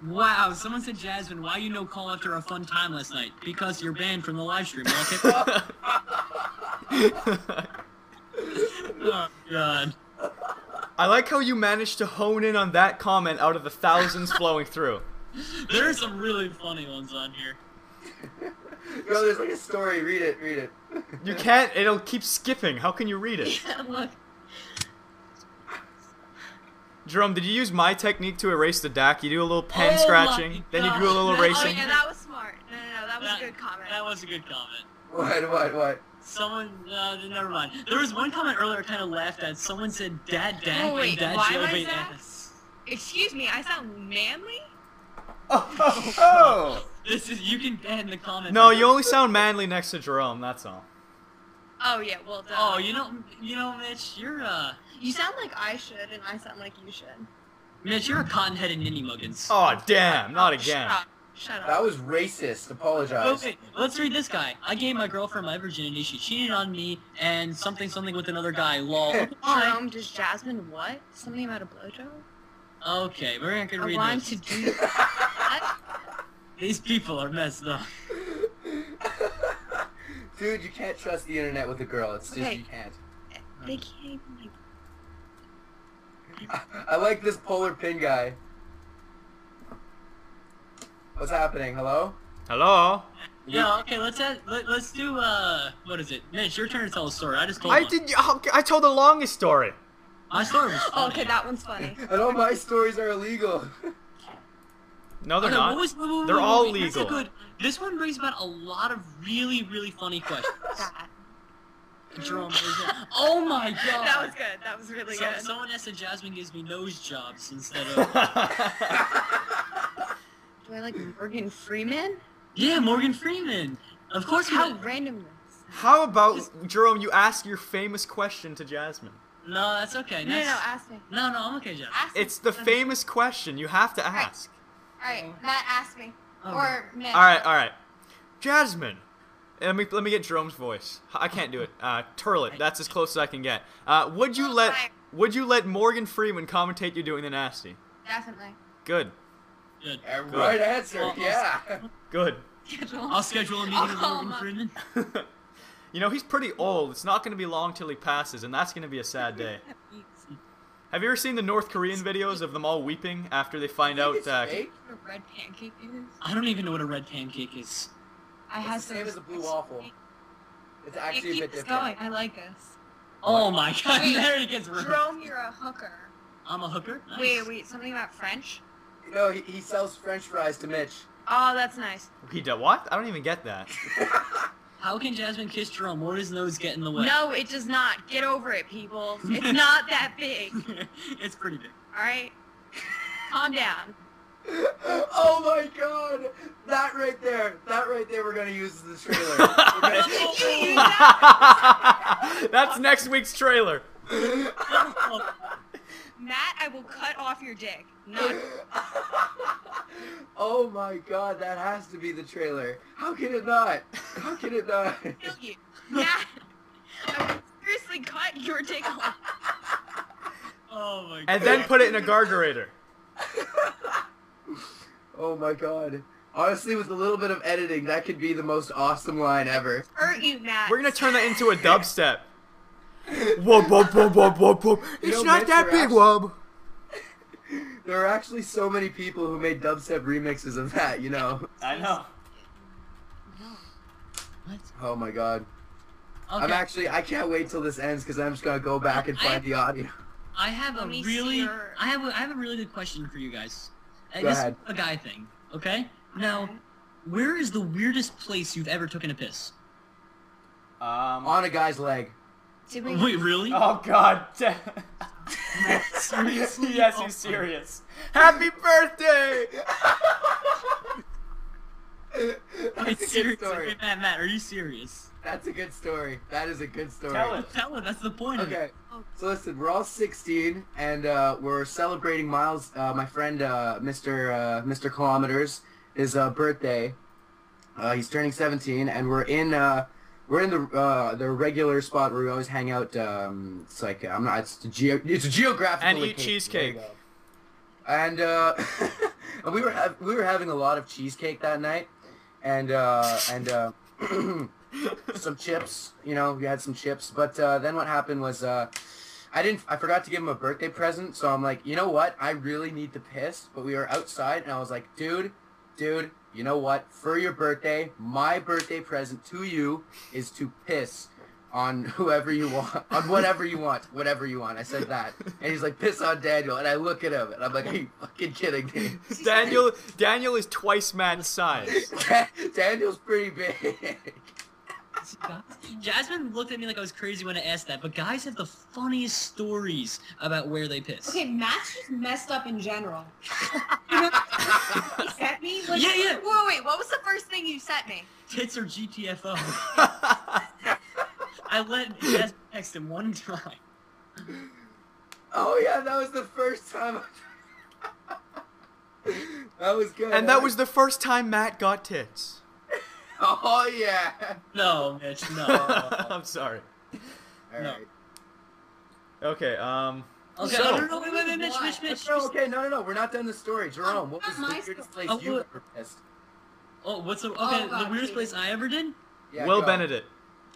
Speaker 2: Wow, someone said, Jasmine, why you no call after a fun time last night? Because you're banned from the live stream. Well,
Speaker 4: *laughs*
Speaker 2: okay. oh, God.
Speaker 1: I like how you managed to hone in on that comment out of the thousands flowing through.
Speaker 2: There are some really funny ones on here.
Speaker 3: No, there's like a story. Read it. Read it.
Speaker 1: You can't, it'll keep skipping. How can you read it?
Speaker 4: Look.
Speaker 1: Jerome, did you use my technique to erase the DAC? You do a little pen
Speaker 2: Oh my
Speaker 1: scratching, then you do a little
Speaker 2: God.
Speaker 4: Oh
Speaker 1: erasing.
Speaker 4: yeah, that was smart. No, no, no, that was
Speaker 2: That-
Speaker 4: a good comment.
Speaker 2: That was a good comment.
Speaker 3: What? What? What?
Speaker 2: Someone, uh, never mind. There was one comment earlier I kind of laughed at. Someone said, Dad, Dad,
Speaker 4: Oh, wait,
Speaker 2: and Dad,
Speaker 4: why
Speaker 2: Joe,
Speaker 4: was
Speaker 2: wait,
Speaker 4: that?
Speaker 2: ass."
Speaker 4: Excuse me, I sound manly.
Speaker 1: Oh, oh, oh.
Speaker 2: This is, you can ban the
Speaker 1: *laughs*
Speaker 2: comment.
Speaker 1: No, you only sound manly next to Jerome, that's all.
Speaker 4: Oh yeah, well done.
Speaker 2: Oh, you know, you know, Mitch, you're uh,
Speaker 4: you sound like I should, and I sound like you should.
Speaker 2: Mitch, you're a cotton-headed ninny muggins.
Speaker 1: Oh, damn, not
Speaker 4: Shut
Speaker 1: again.
Speaker 4: up. Shut up.
Speaker 3: That was racist. Apologize.
Speaker 2: Okay, let's read this guy. I gave my girlfriend my virginity. She cheated on me and something something with another guy. *laughs* Lol.
Speaker 4: Um, does Jasmine what? Something about a blowjob?
Speaker 2: Okay, we're not gonna
Speaker 4: I
Speaker 2: read
Speaker 4: want
Speaker 2: this. *laughs*
Speaker 4: to do that.
Speaker 2: These people are messed up.
Speaker 3: *laughs* Dude, you can't trust the internet with a girl. It's just
Speaker 4: Okay.
Speaker 3: you can't. *laughs*
Speaker 4: They can't even like.
Speaker 3: I, I like this polar pin guy. What's happening? Hello?
Speaker 1: Hello.
Speaker 2: Yeah. Okay. Let's have, let, let's do uh what is it? Mitch, your turn to tell a story. I just told.
Speaker 1: I
Speaker 2: one.
Speaker 1: did. oh, I told the longest story.
Speaker 2: My story
Speaker 4: *laughs*
Speaker 2: was.
Speaker 4: Oh,
Speaker 2: funny.
Speaker 4: okay, that one's
Speaker 1: *laughs*
Speaker 4: funny.
Speaker 3: *laughs* And all my stories are illegal.
Speaker 1: No, they're
Speaker 2: Okay,
Speaker 1: not.
Speaker 2: what was- wait, wait, wait,
Speaker 1: They're
Speaker 2: wait,
Speaker 1: all
Speaker 2: wait, that's a
Speaker 1: legal.
Speaker 2: good- This one brings about a lot of really really funny *laughs* questions.
Speaker 4: That.
Speaker 2: Jerome. is it- oh my god.
Speaker 4: That was good. That was really
Speaker 2: So,
Speaker 4: good.
Speaker 2: someone asked if Jasmine gives me nose jobs instead *laughs* of.
Speaker 4: Do I like Morgan Freeman?
Speaker 2: yeah, Morgan Freeman. Of course. we-
Speaker 4: How random this.
Speaker 1: *laughs* How about Jerome? You ask your famous question to Jasmine.
Speaker 2: No, that's okay.
Speaker 4: No, no, no,
Speaker 2: That's,
Speaker 4: ask me.
Speaker 2: no, no, I'm okay, Jasmine.
Speaker 4: Ask me.
Speaker 1: It's the famous question. You have to ask.
Speaker 4: Alright, Matt, ask me.
Speaker 2: Oh.
Speaker 4: Or Mitch.
Speaker 1: All right, uh, all right. Jasmine. Let me let me get Jerome's voice. I can't do it. Uh, Turlet. That's as close as I can get. Uh, would you let Would you let Morgan Freeman commentate you doing the nasty?
Speaker 4: Definitely.
Speaker 1: Good.
Speaker 2: Good.
Speaker 3: right answer, yeah. *laughs*
Speaker 1: Good. *laughs*
Speaker 2: I'll schedule a meeting with
Speaker 4: Oh,
Speaker 2: Morgan
Speaker 4: my-
Speaker 2: Freeman.
Speaker 1: You know he's pretty old. It's not going to be long till he passes, and that's going to be a sad
Speaker 3: *laughs*
Speaker 1: day. Have you ever seen the North Korean videos of them all weeping after they find out?
Speaker 3: It's
Speaker 1: Uh,
Speaker 3: fake.
Speaker 4: What a red pancake is.
Speaker 2: I don't even know what a red pancake is.
Speaker 4: I
Speaker 3: It's
Speaker 4: have
Speaker 3: the same
Speaker 4: some-
Speaker 3: as a blue waffel. It's
Speaker 4: You
Speaker 3: actually a
Speaker 4: keep
Speaker 3: bit
Speaker 4: this
Speaker 3: different.
Speaker 4: going. I like this.
Speaker 2: Oh my god, *laughs*
Speaker 4: Wait.
Speaker 2: there it gets worse.
Speaker 4: Jerome, you're a hooker.
Speaker 2: I'm a hooker? Nice.
Speaker 4: Wait, wait, something about French?
Speaker 3: No, he, he sells French fries to Mitch. *laughs*
Speaker 4: Oh, that's nice.
Speaker 1: he did what? I don't even get that.
Speaker 2: How can Jasmine kiss Jerome? Where does nose get in the way?
Speaker 4: No, it does not. Get over it, people. It's not that big.
Speaker 2: *laughs*
Speaker 4: *laughs*
Speaker 2: it's pretty big.
Speaker 4: All right? Calm down.
Speaker 3: *laughs* oh my god! That right there, that right there, we're gonna use as the
Speaker 1: *laughs*
Speaker 3: trailer. We're *laughs* gonna-
Speaker 4: You use that?
Speaker 1: That's next week's trailer.
Speaker 2: Oh,
Speaker 4: Matt, I will cut off your dick. Not
Speaker 3: oh my god, that has to be the trailer. How can it not? How can it not? *laughs*
Speaker 4: kill you. Matt, I will seriously cut your dick off.
Speaker 2: oh my god.
Speaker 1: And then put it in a gargarator.
Speaker 3: Oh my god. Honestly, with a little bit of editing, that could be the most awesome line ever.
Speaker 4: Hurt you, Matt.
Speaker 1: We're gonna turn that into a dubstep. Wub wub wub wub wub wub. It's
Speaker 3: know,
Speaker 1: not
Speaker 3: Mitch,
Speaker 1: that
Speaker 3: you're
Speaker 1: big,
Speaker 3: actually-
Speaker 1: wub.
Speaker 3: There are actually so many people who made dubstep remixes of that, you know.
Speaker 1: I know.
Speaker 2: What?
Speaker 3: Oh my god.
Speaker 2: Okay.
Speaker 3: I'm actually I can't wait till this ends because I'm just gonna go back and find the audio.
Speaker 2: I have a
Speaker 4: Let me see
Speaker 2: really,
Speaker 4: your-
Speaker 2: I have, a, I have a really good question for you guys. And
Speaker 3: Go
Speaker 2: this
Speaker 3: ahead.
Speaker 2: is a guy thing, okay? Now, where is the weirdest place you've ever taken a piss?
Speaker 1: Um.
Speaker 3: On a guy's *laughs* leg.
Speaker 4: Did we-
Speaker 2: Wait, *laughs* really?
Speaker 1: Oh God.
Speaker 2: Seriously?
Speaker 1: *laughs* yes,
Speaker 2: Oh my-
Speaker 1: he's serious. Happy birthday.
Speaker 2: Wait,
Speaker 3: That's a good
Speaker 2: seriously?
Speaker 3: story.
Speaker 2: Wait, Matt, Matt, are you serious?
Speaker 3: That's a good story. That is a good story.
Speaker 1: Tell it.
Speaker 2: Tell him, that's the point of
Speaker 3: Okay.
Speaker 2: it.
Speaker 3: So listen, we're all 16, and uh, we're celebrating Miles, uh, my friend, uh, Mr. Uh, Mr. Kilometers, his uh, birthday. Uh, he's turning 17, and we're in uh, we're in the uh, the regular spot where we always hang out. Um, it's like I'm not. It's a geo. It's a geographical.
Speaker 1: And eat
Speaker 3: location.
Speaker 1: cheesecake.
Speaker 3: There you go. And uh, *laughs* and we were hav- we were having a lot of cheesecake that night, and uh, *clears throat* and. Uh, some chips. You know, we had some chips. But uh, then what happened was uh, I didn't. I forgot to give him a birthday present. So I'm like, you know what? I really need to piss. But we were outside, and I was like, dude, dude, you know what? For your birthday, my birthday present to you is to piss on whoever you want, on whatever you want, whatever you want. I said that, and he's like, piss on Daniel. And I look at him, and I'm like, are you fucking kidding me? *laughs*
Speaker 1: Daniel. Daniel is twice Matt's size.
Speaker 3: Daniel's pretty big.
Speaker 2: Jasmine looked at me like I was crazy when I asked that, but guys have the funniest stories about where they piss.
Speaker 5: Okay, Matt's just messed up in
Speaker 2: *laughs*
Speaker 5: general. he sent me like
Speaker 2: Yeah, yeah.
Speaker 4: Whoa, wait, what was the first thing you sent me?
Speaker 2: Tits or GTFO. *laughs* I let Jasmine text him one time.
Speaker 3: Oh yeah, that was the first time. I- *laughs* That was good.
Speaker 1: And that was the first time Matt got tits.
Speaker 3: *laughs* Oh yeah.
Speaker 2: No, Mitch, no.
Speaker 1: *laughs* I'm sorry.
Speaker 3: All
Speaker 2: No.
Speaker 3: right.
Speaker 1: Okay, um.
Speaker 2: *laughs* Okay,
Speaker 1: So-
Speaker 2: no, no, no, wait, wait, wait, Mitch, Mitch, Mitch.
Speaker 3: No, okay, no, no, no. We're not done the story, Jerome. What
Speaker 5: Oh,
Speaker 3: was
Speaker 5: my
Speaker 3: the weirdest place
Speaker 2: Oh,
Speaker 3: you
Speaker 2: what-
Speaker 3: ever pissed?
Speaker 2: Oh, what's the okay?
Speaker 5: Oh, God,
Speaker 2: the weirdest
Speaker 5: please.
Speaker 2: place I ever did?
Speaker 3: Yeah,
Speaker 1: Will
Speaker 3: go.
Speaker 1: Benedict.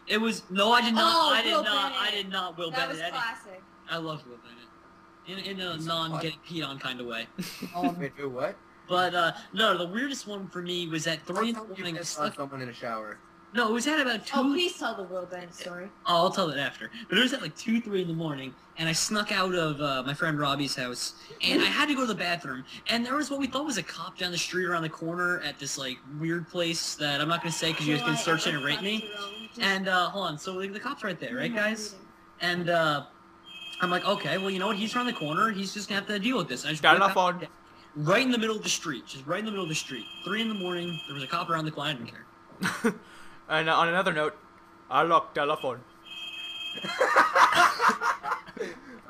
Speaker 2: It was no, I did not.
Speaker 5: Oh,
Speaker 2: I did
Speaker 5: Will
Speaker 2: not. I
Speaker 5: Bennett.
Speaker 2: did not. Will
Speaker 5: that was
Speaker 2: Bennett. I, did-
Speaker 5: classic.
Speaker 2: I love Will Bennett, in in a
Speaker 3: He's
Speaker 2: non
Speaker 3: hot.
Speaker 2: getting peed on kind of way.
Speaker 5: Um,
Speaker 3: Wait, who? What?
Speaker 2: But uh, no, the weirdest one for me was at three in the
Speaker 3: Don't you
Speaker 2: morning.
Speaker 3: piss on someone in a shower.
Speaker 2: No, it was at about two.
Speaker 5: oh, please tell the Will Bennett story.
Speaker 2: Oh, I'll tell that after. But it was at like two, three in the morning, and I snuck out of uh, my friend Robbie's house, and I had to go to the bathroom. And there was what we thought was a cop down the street around the corner at this like weird place that I'm not gonna say because you guys can search it and rate me. And uh, hold on, so like, the cop's right there, right, guys? And uh, I'm like, okay, well, you know what? He's around the corner. He's just gonna have to deal with this. I just
Speaker 1: Got
Speaker 2: walked
Speaker 1: enough
Speaker 2: out-
Speaker 1: on.
Speaker 2: Right in the middle of the street, just right in the middle of the street. Three in the morning. There was a cop around the corner. I didn't care.
Speaker 1: *laughs* and on another note, I locked telephone.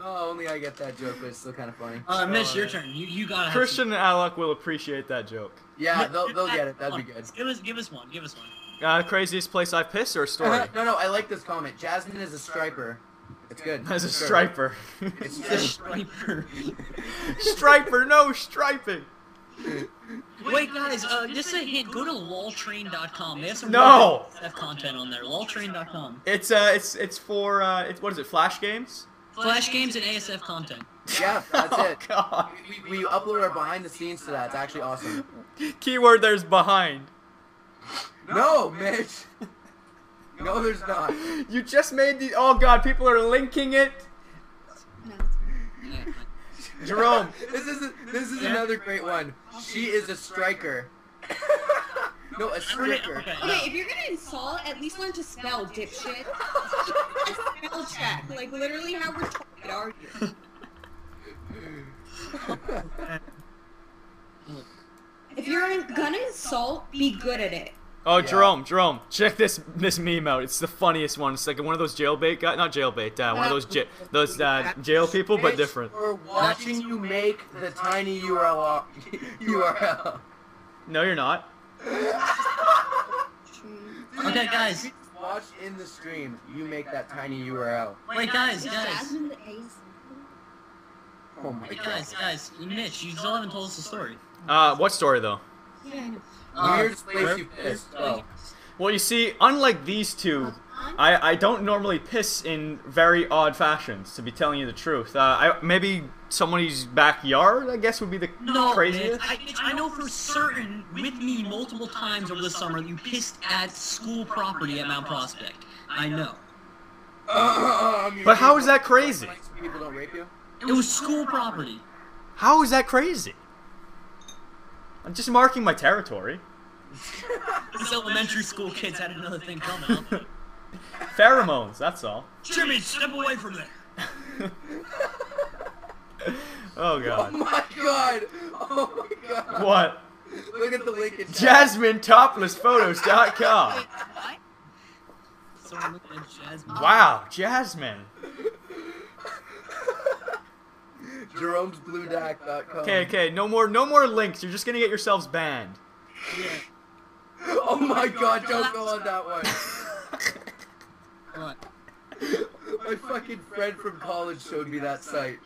Speaker 3: Oh, only I get that joke, but it's still kind of funny.
Speaker 2: Uh, Mitch, your
Speaker 1: yeah.
Speaker 2: turn. You you gotta. have some-
Speaker 1: Christian and Alec will appreciate that joke.
Speaker 3: Yeah,
Speaker 2: Mitch,
Speaker 3: they'll,
Speaker 2: give
Speaker 3: they'll
Speaker 2: that
Speaker 3: get it. That'd
Speaker 2: one.
Speaker 3: be *laughs* good.
Speaker 2: Give us give us one. Give
Speaker 3: *laughs*
Speaker 2: us one.
Speaker 1: Uh, craziest place I've pissed or a story?
Speaker 3: no, no, I like this comment. Jasmine is a striper. It's good.
Speaker 1: *laughs* As a
Speaker 3: Sure.
Speaker 1: striper. *laughs*
Speaker 3: It's
Speaker 2: The
Speaker 3: true.
Speaker 2: striper.
Speaker 1: striper, no striping.
Speaker 2: Wait, guys, uh, just a hint. Go to loltrain.com. They have some
Speaker 1: No!
Speaker 2: really good stuff content on there. Loltrain.com.
Speaker 1: It's uh, it's it's for uh, it's what is it? Flash games?
Speaker 2: Flash games and ASF content.
Speaker 3: Yeah, that's
Speaker 1: *laughs* oh
Speaker 3: it.
Speaker 1: God.
Speaker 3: We, we upload our behind the scenes to that. It's actually awesome.
Speaker 1: Keyword there's behind.
Speaker 3: No, Mitch. No, there's not.
Speaker 1: You just made the. Oh God, people are linking it.
Speaker 2: Yeah.
Speaker 1: Jerome.
Speaker 3: *laughs* This is this is another great one. She is a *laughs* striker. No, a striker.
Speaker 2: Okay, no.
Speaker 5: Okay, if you're gonna insult, at least learn to spell, dipshit.
Speaker 4: *laughs*
Speaker 5: spell check. Like literally, how retarded are you?
Speaker 4: *laughs*
Speaker 5: If you're gonna insult, be good at it.
Speaker 1: *laughs* Oh,
Speaker 3: Yeah.
Speaker 1: Jerome, Jerome, check this this meme out. It's the funniest one. It's like one of those jailbait guys, not jailbait, uh, one of those ja- those uh, jail people, but
Speaker 3: Mitch,
Speaker 1: different.
Speaker 3: We're watching you make the tiny URL. *laughs* URL.
Speaker 1: No, you're not.
Speaker 2: Okay, guys.
Speaker 3: Watch in the stream. You make that tiny URL.
Speaker 2: Wait, guys, guys.
Speaker 5: Jasmine the ace.
Speaker 3: Oh my
Speaker 2: Wait,
Speaker 3: god.
Speaker 2: guys, guys. Mitch, you still haven't told us the story.
Speaker 1: Uh, what story though?
Speaker 5: Yeah, I know.
Speaker 2: Uh,
Speaker 3: Weirdest place you pissed. Oh.
Speaker 1: Well, you see, unlike these
Speaker 4: Uh,
Speaker 1: two, I, I don't normally piss in very odd fashions. To be telling you the truth, uh, I maybe somebody's backyard, I guess, would be the
Speaker 2: No, Mitch,
Speaker 1: craziest.
Speaker 2: I, Mitch, I know for certain, with me multiple times over the summer, you pissed at school property at Mount Prospect. I know.
Speaker 3: Uh,
Speaker 1: But how is that crazy?
Speaker 3: People don't rape you?
Speaker 2: It was school property.
Speaker 1: How is that crazy? I'm just marking my territory.
Speaker 2: These elementary school kids had another thing *laughs* coming. up.
Speaker 1: Pheromones, that's all.
Speaker 2: Jimmy, step away from there.
Speaker 1: Oh
Speaker 3: Oh
Speaker 1: god.
Speaker 3: my god! Oh my god!
Speaker 1: What?
Speaker 3: Look at the link in chat.
Speaker 1: JasmineToplessPhotos.com.
Speaker 4: What?
Speaker 2: So we're looking at Jasmine.
Speaker 1: Wow, Jasmine.
Speaker 3: Jerome's BlueDack.com.
Speaker 1: Okay, okay, no more, no more links. You're just gonna get yourselves banned.
Speaker 2: Yeah.
Speaker 3: Oh my god, don't go on that *laughs* one.
Speaker 2: What?
Speaker 3: My fucking friend from college showed me that site.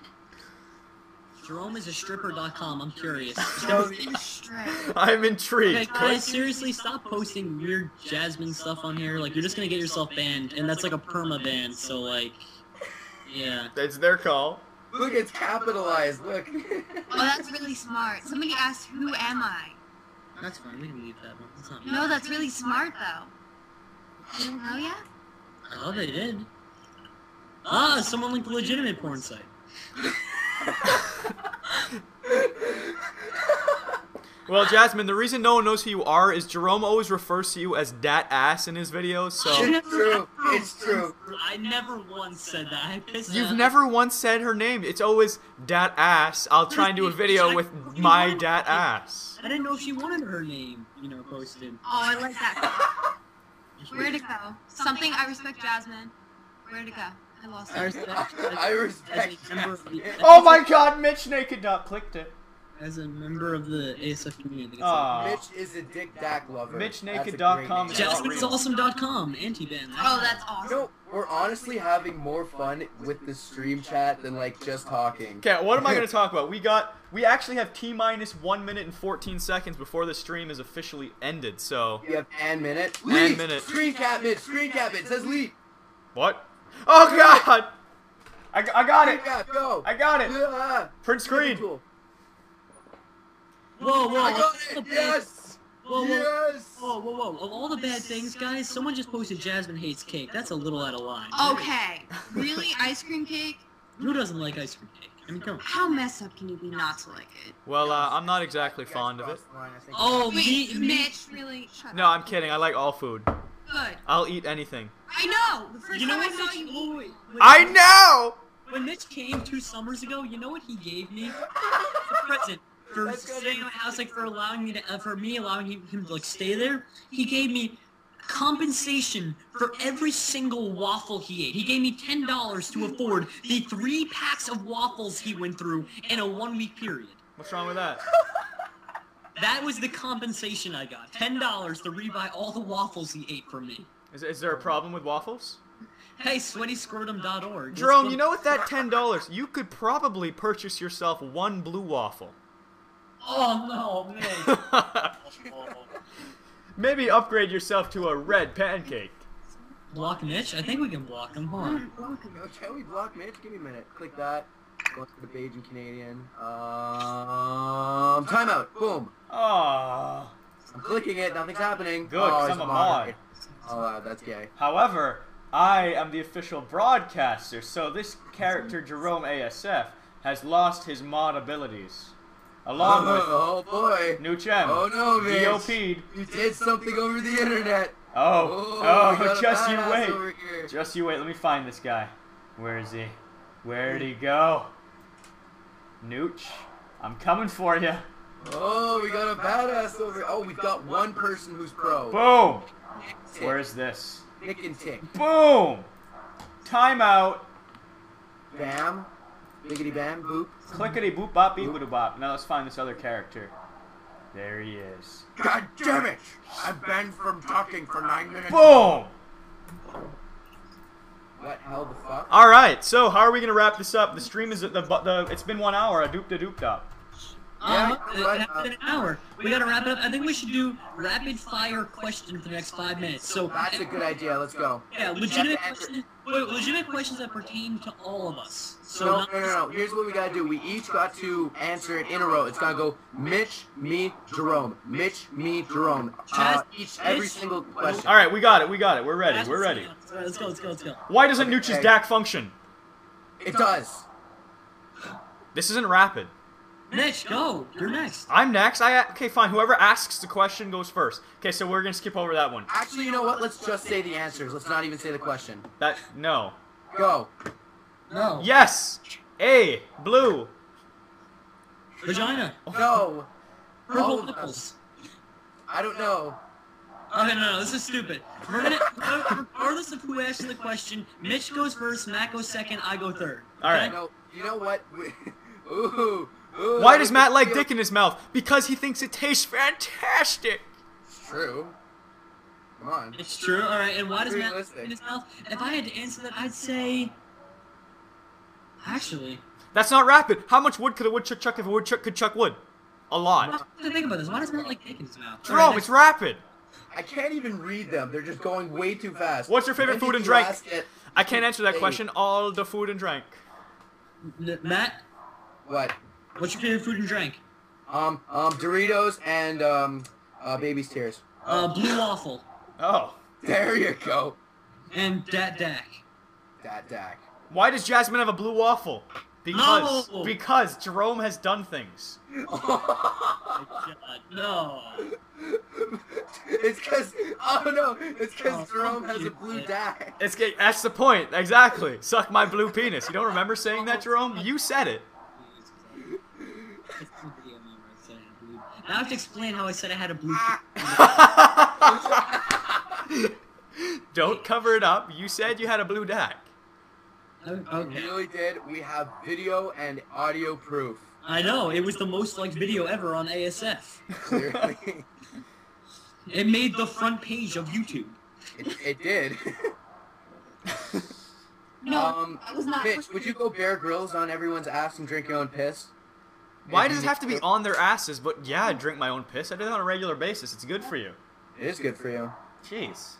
Speaker 2: Jerome is a stripper.com. I'm curious.
Speaker 3: No,
Speaker 2: *laughs*
Speaker 1: I'm
Speaker 2: Okay,
Speaker 1: intrigued.
Speaker 2: guys, seriously, stop posting weird Jasmine stuff on here. Like, you're just gonna get yourself banned, and that's like a perma ban. So like, yeah.
Speaker 1: It's their call.
Speaker 3: look, it's capitalized. Look.
Speaker 4: Oh, that's really smart. Somebody asked, "Who am I?"
Speaker 2: That's fine. We can leave that one. It's not.
Speaker 4: No, that's really smart though. You didn't know yet?
Speaker 2: Oh, they did. Ah, someone linked a legitimate porn site.
Speaker 1: Well, Jasmine, the reason no one knows who you are is Jerome always refers to you as dat ass in his videos,
Speaker 2: *laughs*
Speaker 1: so
Speaker 3: It's true. It's true.
Speaker 2: I never once said that. I pissed
Speaker 1: you've
Speaker 2: out.
Speaker 1: never once said her name. It's always dat ass. I'll try and do a video with my dat ass.
Speaker 2: I didn't know if she wanted her name, you know, posted.
Speaker 4: Oh, I like that. Where'd it go? Something I respect Jasmine. Where'd it go? I lost
Speaker 2: I
Speaker 4: it.
Speaker 2: respect.
Speaker 3: *laughs* I respect
Speaker 2: As a member of the-
Speaker 3: Jasmine.
Speaker 1: Oh my god, Mitch Naked Dot clicked it.
Speaker 2: as a member of the ASF community.
Speaker 1: Aw.
Speaker 3: Mitch is a dick dack lover. That's a great
Speaker 1: MitchNaked.com
Speaker 3: name.
Speaker 1: is all real.
Speaker 2: Jasmine'sAwesome.com, anti-ban.
Speaker 4: Oh, that's
Speaker 3: You
Speaker 4: awesome.
Speaker 3: know, we're honestly having more fun with the stream chat than like just talking.
Speaker 1: Okay, what am *laughs* I gonna talk about? We got we actually have T minus one minute and fourteen seconds before the stream is officially ended. So
Speaker 3: You have Ann Minute.
Speaker 1: Ann
Speaker 3: Leap!
Speaker 1: Minute.
Speaker 3: Screen cap Mitch. Screen cap it. Says leap.
Speaker 1: what? Oh God! I, I got
Speaker 3: Screen
Speaker 1: it!
Speaker 3: cap. Go.
Speaker 1: I got it!
Speaker 3: Yeah.
Speaker 1: Print screen.
Speaker 3: Cool.
Speaker 2: Whoa, whoa,
Speaker 3: I got
Speaker 2: of all
Speaker 3: it.
Speaker 2: the bad-
Speaker 3: Yes.
Speaker 2: whoa, whoa,
Speaker 3: Yes.
Speaker 2: whoa, whoa, whoa! Of all the bad things, guys, someone just posted Jasmine hates cake. That's a little out of line.
Speaker 4: Okay. Really, ice cream cake?
Speaker 2: Who doesn't like ice cream cake? I mean, come on.
Speaker 4: How messed up can you be not to like it?
Speaker 1: Well, uh, I'm not exactly fond of it.
Speaker 2: Oh,
Speaker 4: Wait,
Speaker 2: me, me.
Speaker 4: Mitch, really? Shut
Speaker 1: No, I'm
Speaker 4: up.
Speaker 1: kidding. I like all food.
Speaker 4: Good.
Speaker 1: I'll eat anything.
Speaker 4: I know. The first
Speaker 2: You know
Speaker 4: time
Speaker 2: what,
Speaker 4: I saw
Speaker 2: Mitch?
Speaker 4: you,
Speaker 2: Oh, wait, when-
Speaker 1: I know.
Speaker 2: When Mitch came two summers ago, you know what he gave
Speaker 3: *laughs*
Speaker 2: me? A present for
Speaker 3: That's good.
Speaker 2: staying in my house, like for allowing me to, uh, for me allowing him, him to like stay there. He gave me compensation for every single waffle he ate. He gave me ten dollars to afford the three packs of waffles he went through in a one-week period.
Speaker 1: What's wrong with that?
Speaker 2: That was the compensation I got. Ten dollars to rebuy all the waffles he ate from me.
Speaker 1: Is, is there a problem with waffles?
Speaker 2: Hey, sweatyscrotum.org. Let's
Speaker 1: Jerome,
Speaker 2: go-
Speaker 1: you know with that ten dollars, you could probably purchase yourself one blue waffle. *laughs*
Speaker 2: Oh no, Mitch.
Speaker 1: *laughs* Maybe upgrade yourself to a red pancake.
Speaker 2: Block Mitch? I think we can block him, huh?
Speaker 4: Um,
Speaker 3: Can we Oh, block Mitch? Give me a minute. Click that. Go to the page in Canadian. Um, timeout. Boom.
Speaker 1: Ah.
Speaker 3: I'm clicking it. Nothing's happening.
Speaker 1: Good,
Speaker 3: Oh,
Speaker 1: 'cause
Speaker 3: it's
Speaker 1: I'm a
Speaker 3: moderator. Oh, wow, that's gay.
Speaker 1: However, I am the official broadcaster, so this character Jerome ASF has lost his mod abilities, along with
Speaker 3: Oh, oh boy.
Speaker 1: New Chem,
Speaker 3: Oh no, Mitch.
Speaker 1: DOP'd.
Speaker 3: You did something over the internet.
Speaker 1: Oh,
Speaker 3: we
Speaker 1: oh,
Speaker 3: got a
Speaker 1: just you
Speaker 3: badass
Speaker 1: wait.
Speaker 3: over here.
Speaker 1: Just you wait, let me find this guy. Where is he? Where'd he go? Nooch, I'm coming for you.
Speaker 3: Oh, we got a badass over. Oh, we've got one person who's pro.
Speaker 1: Boom!
Speaker 3: Tick,
Speaker 1: Where is this?
Speaker 3: Nick and Tick?
Speaker 1: Boom! Timeout.
Speaker 3: Bam, biggity bam, boop.
Speaker 1: Clickety boop bop beep bop. Now let's find this other character. There he is.
Speaker 3: God damn it! I've been from talking for nine minutes.
Speaker 1: Boom!
Speaker 3: What hell the fuck?
Speaker 1: All right, so how are we gonna wrap this up? The stream is the, the, the it's been one hour. A doop da doop da.
Speaker 2: Um,
Speaker 3: Yeah,
Speaker 2: it
Speaker 3: right,
Speaker 2: happened in an hour. We gotta wrap it up. I think we should do rapid fire question for the next five minutes. So,
Speaker 3: That's a good idea. Let's go.
Speaker 2: yeah, legitimate questions, wait, legitimate questions that pertain to all of us. So,
Speaker 3: No,
Speaker 2: not
Speaker 3: no, no, no. Here's what we gotta do. We each got to answer it in a row. It's gotta go Mitch, me, Jerome. Mitch, me, Jerome. Uh, each, every single question.
Speaker 1: All right, we got it. We got it. We're ready. We're ready.
Speaker 2: All right, let's go, let's go, let's go.
Speaker 1: Why doesn't Nooch's DAC function?
Speaker 3: It does.
Speaker 1: This isn't rapid.
Speaker 2: Mitch, go. You're next.
Speaker 1: I'm next. I okay, fine. Whoever asks the question goes first. Okay, so we're gonna skip over that one.
Speaker 3: Actually, you know what? Let's just say the answers. Let's not even say the question.
Speaker 1: That no.
Speaker 3: Go.
Speaker 2: No.
Speaker 1: Yes. A blue.
Speaker 2: Vagina.
Speaker 3: No. All
Speaker 2: Purple
Speaker 3: of us.
Speaker 2: nipples.
Speaker 3: I don't know.
Speaker 2: Okay, no, no, this is stupid. We're gonna, regardless of who asks the question, Mitch goes first, Matt goes second, I go third.
Speaker 1: All right.
Speaker 3: No. You know what? *laughs* ooh, ooh.
Speaker 1: Why does Matt like dick in his mouth? Because he thinks it tastes fantastic.
Speaker 3: True. Come on.
Speaker 2: It's true. All right, and why does Matt
Speaker 3: Realistic.
Speaker 2: in his mouth? If I had to answer that, I'd say. Actually,
Speaker 1: That's not rapid. How much wood could a woodchuck chuck if a woodchuck could chuck wood? A
Speaker 2: I have
Speaker 1: lot.
Speaker 2: to think about this. Why does Matt like dick in his mouth? All
Speaker 1: Jerome,
Speaker 2: right,
Speaker 1: it's rapid.
Speaker 3: I can't even read them. They're just going way too fast.
Speaker 1: What's your favorite
Speaker 3: When
Speaker 1: food and
Speaker 3: did you
Speaker 1: drink?
Speaker 3: last get-
Speaker 1: I can't answer that
Speaker 3: Hey,
Speaker 1: question. All the food and drink.
Speaker 2: next- Matt,
Speaker 3: What?
Speaker 2: what's your favorite food and drink?
Speaker 3: Um, um, Doritos and um, uh, baby's tears.
Speaker 2: Uh, blue waffle
Speaker 1: Oh.
Speaker 3: There you go.
Speaker 2: and dat dak.
Speaker 3: Dat dak. *laughs*
Speaker 1: Why does Jasmine have a blue waffle? Because
Speaker 2: No!
Speaker 1: because Jerome has done things.
Speaker 2: My God, no.
Speaker 3: it's cause oh no, it's cause
Speaker 2: Oh,
Speaker 3: Jerome has a
Speaker 2: fuck you,
Speaker 3: blue
Speaker 2: man.
Speaker 3: dak.
Speaker 1: It's ga- that's the point. Exactly. Suck my blue penis. You don't remember saying that, Jerome? You said it. *laughs*
Speaker 2: It's a video moment where I said I had a blue- Now I have to explain how I said I had a blue.
Speaker 1: don't cover it up. You said you had a blue dack.
Speaker 2: *laughs* Okay.
Speaker 3: Really did. We have video and audio proof.
Speaker 2: I know it was the most liked video ever on ASF.
Speaker 3: Clearly,
Speaker 2: It made the front page of YouTube.
Speaker 3: it, it did.
Speaker 5: *laughs* No,
Speaker 3: um,
Speaker 5: that was not.
Speaker 3: Mitch, would you go Bear grills on everyone's ass and drink your own piss?
Speaker 1: Why does it have to be on their asses? But yeah, I drink my own piss. I do that on a regular basis. It's good for you.
Speaker 3: It is good for you.
Speaker 1: Jeez.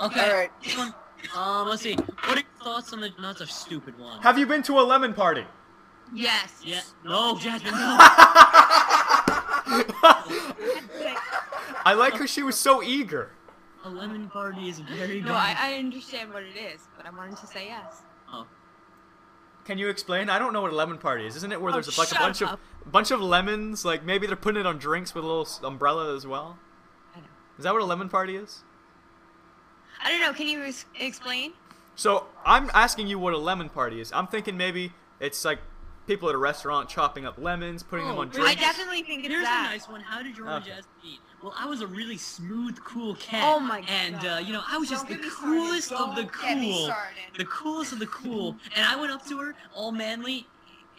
Speaker 2: Okay.
Speaker 3: All right.
Speaker 2: this one- Um, let's see. What are your thoughts on the? That's a stupid one.
Speaker 1: Have you been to a lemon party? *laughs*
Speaker 4: Yes. *laughs*
Speaker 2: yeah. No, Jasmine. No.
Speaker 1: I like how she was so eager.
Speaker 2: a lemon party is very
Speaker 4: No, I,
Speaker 2: bad.
Speaker 4: I understand what it is, but I wanted to say yes.
Speaker 2: Oh.
Speaker 1: Can you explain? I don't know what a lemon party is. Isn't it where
Speaker 4: Oh,
Speaker 1: there's like a
Speaker 4: shut
Speaker 1: bunch
Speaker 4: up.
Speaker 1: of bunch of lemons? Like maybe they're putting it on drinks with a little s- umbrella as well.
Speaker 4: I know.
Speaker 1: Is that what a lemon party is?
Speaker 4: I don't know. Can you ex- explain?
Speaker 1: So I'm asking you what a lemon party is. I'm thinking maybe it's like people at a restaurant chopping up lemons, putting them
Speaker 2: Oh,
Speaker 1: on
Speaker 2: I
Speaker 4: I
Speaker 1: drinks.
Speaker 4: definitely think it's
Speaker 2: Here's
Speaker 4: that.
Speaker 2: a nice one. How did your own
Speaker 1: Okay.
Speaker 2: Jasmine eat? Well, I was a really smooth, cool cat.
Speaker 4: Oh my
Speaker 2: And uh,
Speaker 4: God.
Speaker 2: you know, I was just
Speaker 5: Don't
Speaker 2: the
Speaker 5: get me started.
Speaker 2: coolest of the
Speaker 5: Don't get me
Speaker 2: cool,
Speaker 5: started.
Speaker 2: the coolest of the cool. and I went up to her, all manly,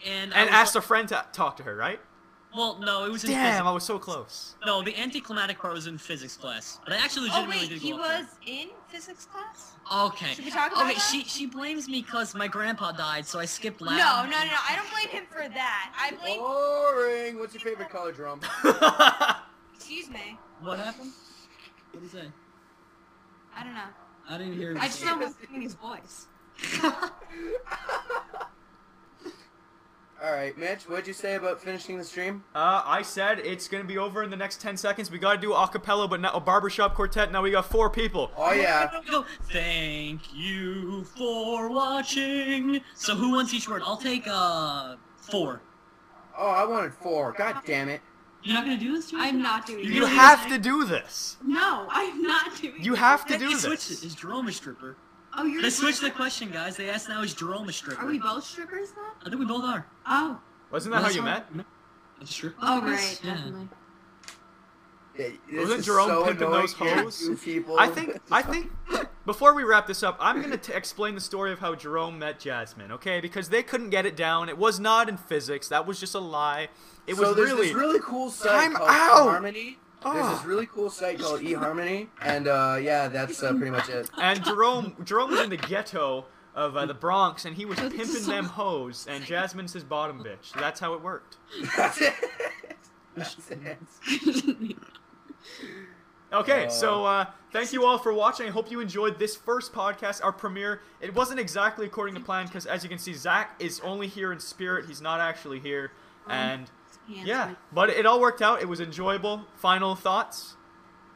Speaker 2: and I
Speaker 1: and
Speaker 2: was
Speaker 1: asked
Speaker 2: like,
Speaker 1: a friend to talk to her, right?
Speaker 2: Well, no, it was in
Speaker 1: Damn, I
Speaker 2: physics.
Speaker 1: was so close. *laughs*
Speaker 2: No, the anticlimactic part was in physics class. But I actually
Speaker 5: Oh
Speaker 2: legitimately
Speaker 5: wait,
Speaker 2: did
Speaker 5: he
Speaker 2: go up
Speaker 5: was in physics class.
Speaker 2: there. Okay.
Speaker 5: Should we talk about
Speaker 2: okay,
Speaker 5: that?
Speaker 2: she she blames me because my grandpa died, so I skipped
Speaker 5: No,
Speaker 2: lab.
Speaker 5: no, no, no. I don't blame him for that. I blame.
Speaker 1: Oh.
Speaker 3: Boring. What's your favorite color drum?
Speaker 5: Excuse me.
Speaker 2: What happened? What did he say?
Speaker 5: I don't know.
Speaker 2: I didn't hear.
Speaker 5: I
Speaker 2: him
Speaker 5: just
Speaker 2: say.
Speaker 5: know who's doing his voice.
Speaker 3: All right, Mitch, what'd you say about finishing the stream?
Speaker 1: Uh, I said it's gonna be over in the next 10 seconds. We gotta do a cappella, but not a barbershop quartet. Now we got four people.
Speaker 3: Oh yeah.
Speaker 2: Go. Thank you for watching. So who wants each word? I'll take uh four.
Speaker 3: Oh, I wanted four. God damn it.
Speaker 2: You're not gonna do this, Jordan?
Speaker 5: I'm not doing
Speaker 1: You
Speaker 2: You
Speaker 5: it.
Speaker 1: have to do this.
Speaker 5: No, I'm not doing
Speaker 1: You
Speaker 5: it.
Speaker 1: have to
Speaker 2: They
Speaker 1: do
Speaker 2: switched it.
Speaker 1: this.
Speaker 2: Is Jerome a stripper?
Speaker 5: Oh, you're.
Speaker 2: They switched the question, guys. They asked now is Jerome a stripper?
Speaker 5: Are we both strippers now?
Speaker 2: I think we both are.
Speaker 5: Oh.
Speaker 1: Wasn't that how
Speaker 2: That's
Speaker 1: you met?
Speaker 2: A stripper?
Speaker 5: Oh right.
Speaker 2: Yeah.
Speaker 5: Definitely.
Speaker 3: Th- This
Speaker 1: Wasn't
Speaker 3: is
Speaker 1: Jerome
Speaker 3: so
Speaker 1: pimping
Speaker 3: annoying
Speaker 1: those
Speaker 3: hearing
Speaker 1: hoes?
Speaker 3: two people.
Speaker 1: I
Speaker 3: *laughs*
Speaker 1: think I think before we wrap this up, I'm gonna t- explain the story of how Jerome met Jasmine, okay? Because they couldn't get it down. It was not in physics. That was just a lie. It
Speaker 3: so
Speaker 1: was
Speaker 3: there's
Speaker 1: really
Speaker 3: this really cool site
Speaker 1: Time
Speaker 3: called
Speaker 1: out!
Speaker 3: eHarmony. There's this
Speaker 1: Ah.
Speaker 3: really cool site called eHarmony, and uh, yeah, that's uh, pretty much it.
Speaker 1: and Jerome Jerome was in the ghetto of uh, the Bronx, and he was pimping them hoes, and Jasmine's his bottom bitch. That's how it worked.
Speaker 3: That's it. That's it.
Speaker 1: Okay,
Speaker 3: Uh,
Speaker 1: so uh, thank you all for watching. I hope you enjoyed this first podcast, our premiere. It wasn't exactly according to plan because, as you can see, Zach is only here in spirit. He's not actually here,
Speaker 3: Um,
Speaker 1: and yeah, but it all worked out. It was enjoyable. Final thoughts?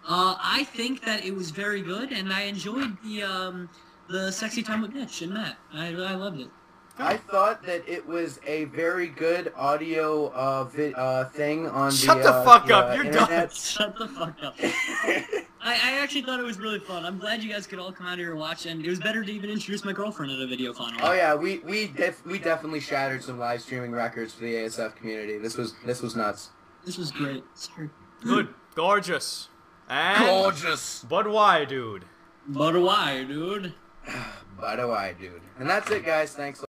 Speaker 2: Uh, I think that it was very good, and I enjoyed the um the sexy time with Mitch and Matt. I I loved it.
Speaker 3: I thought that it was a very good audio uh, vi- uh thing on
Speaker 1: Shut
Speaker 3: the,
Speaker 1: the
Speaker 3: uh,
Speaker 1: fuck
Speaker 3: the,
Speaker 1: up,
Speaker 3: uh,
Speaker 1: you're
Speaker 2: *laughs*
Speaker 3: internet.
Speaker 2: Shut the fuck up. I, I actually thought it was really fun. I'm glad you guys could all come out here and watch, and it was better to even introduce my girlfriend at a video finally.
Speaker 3: *laughs* Oh yeah, we we def- we definitely shattered some live streaming records for the ASF community. This was this was nuts.
Speaker 2: This was great. Sorry.
Speaker 1: Good, gorgeous, and
Speaker 3: Gorgeous.
Speaker 1: but why, dude?
Speaker 2: But why, dude?
Speaker 3: By the way, dude. And that's it, guys. Thanks.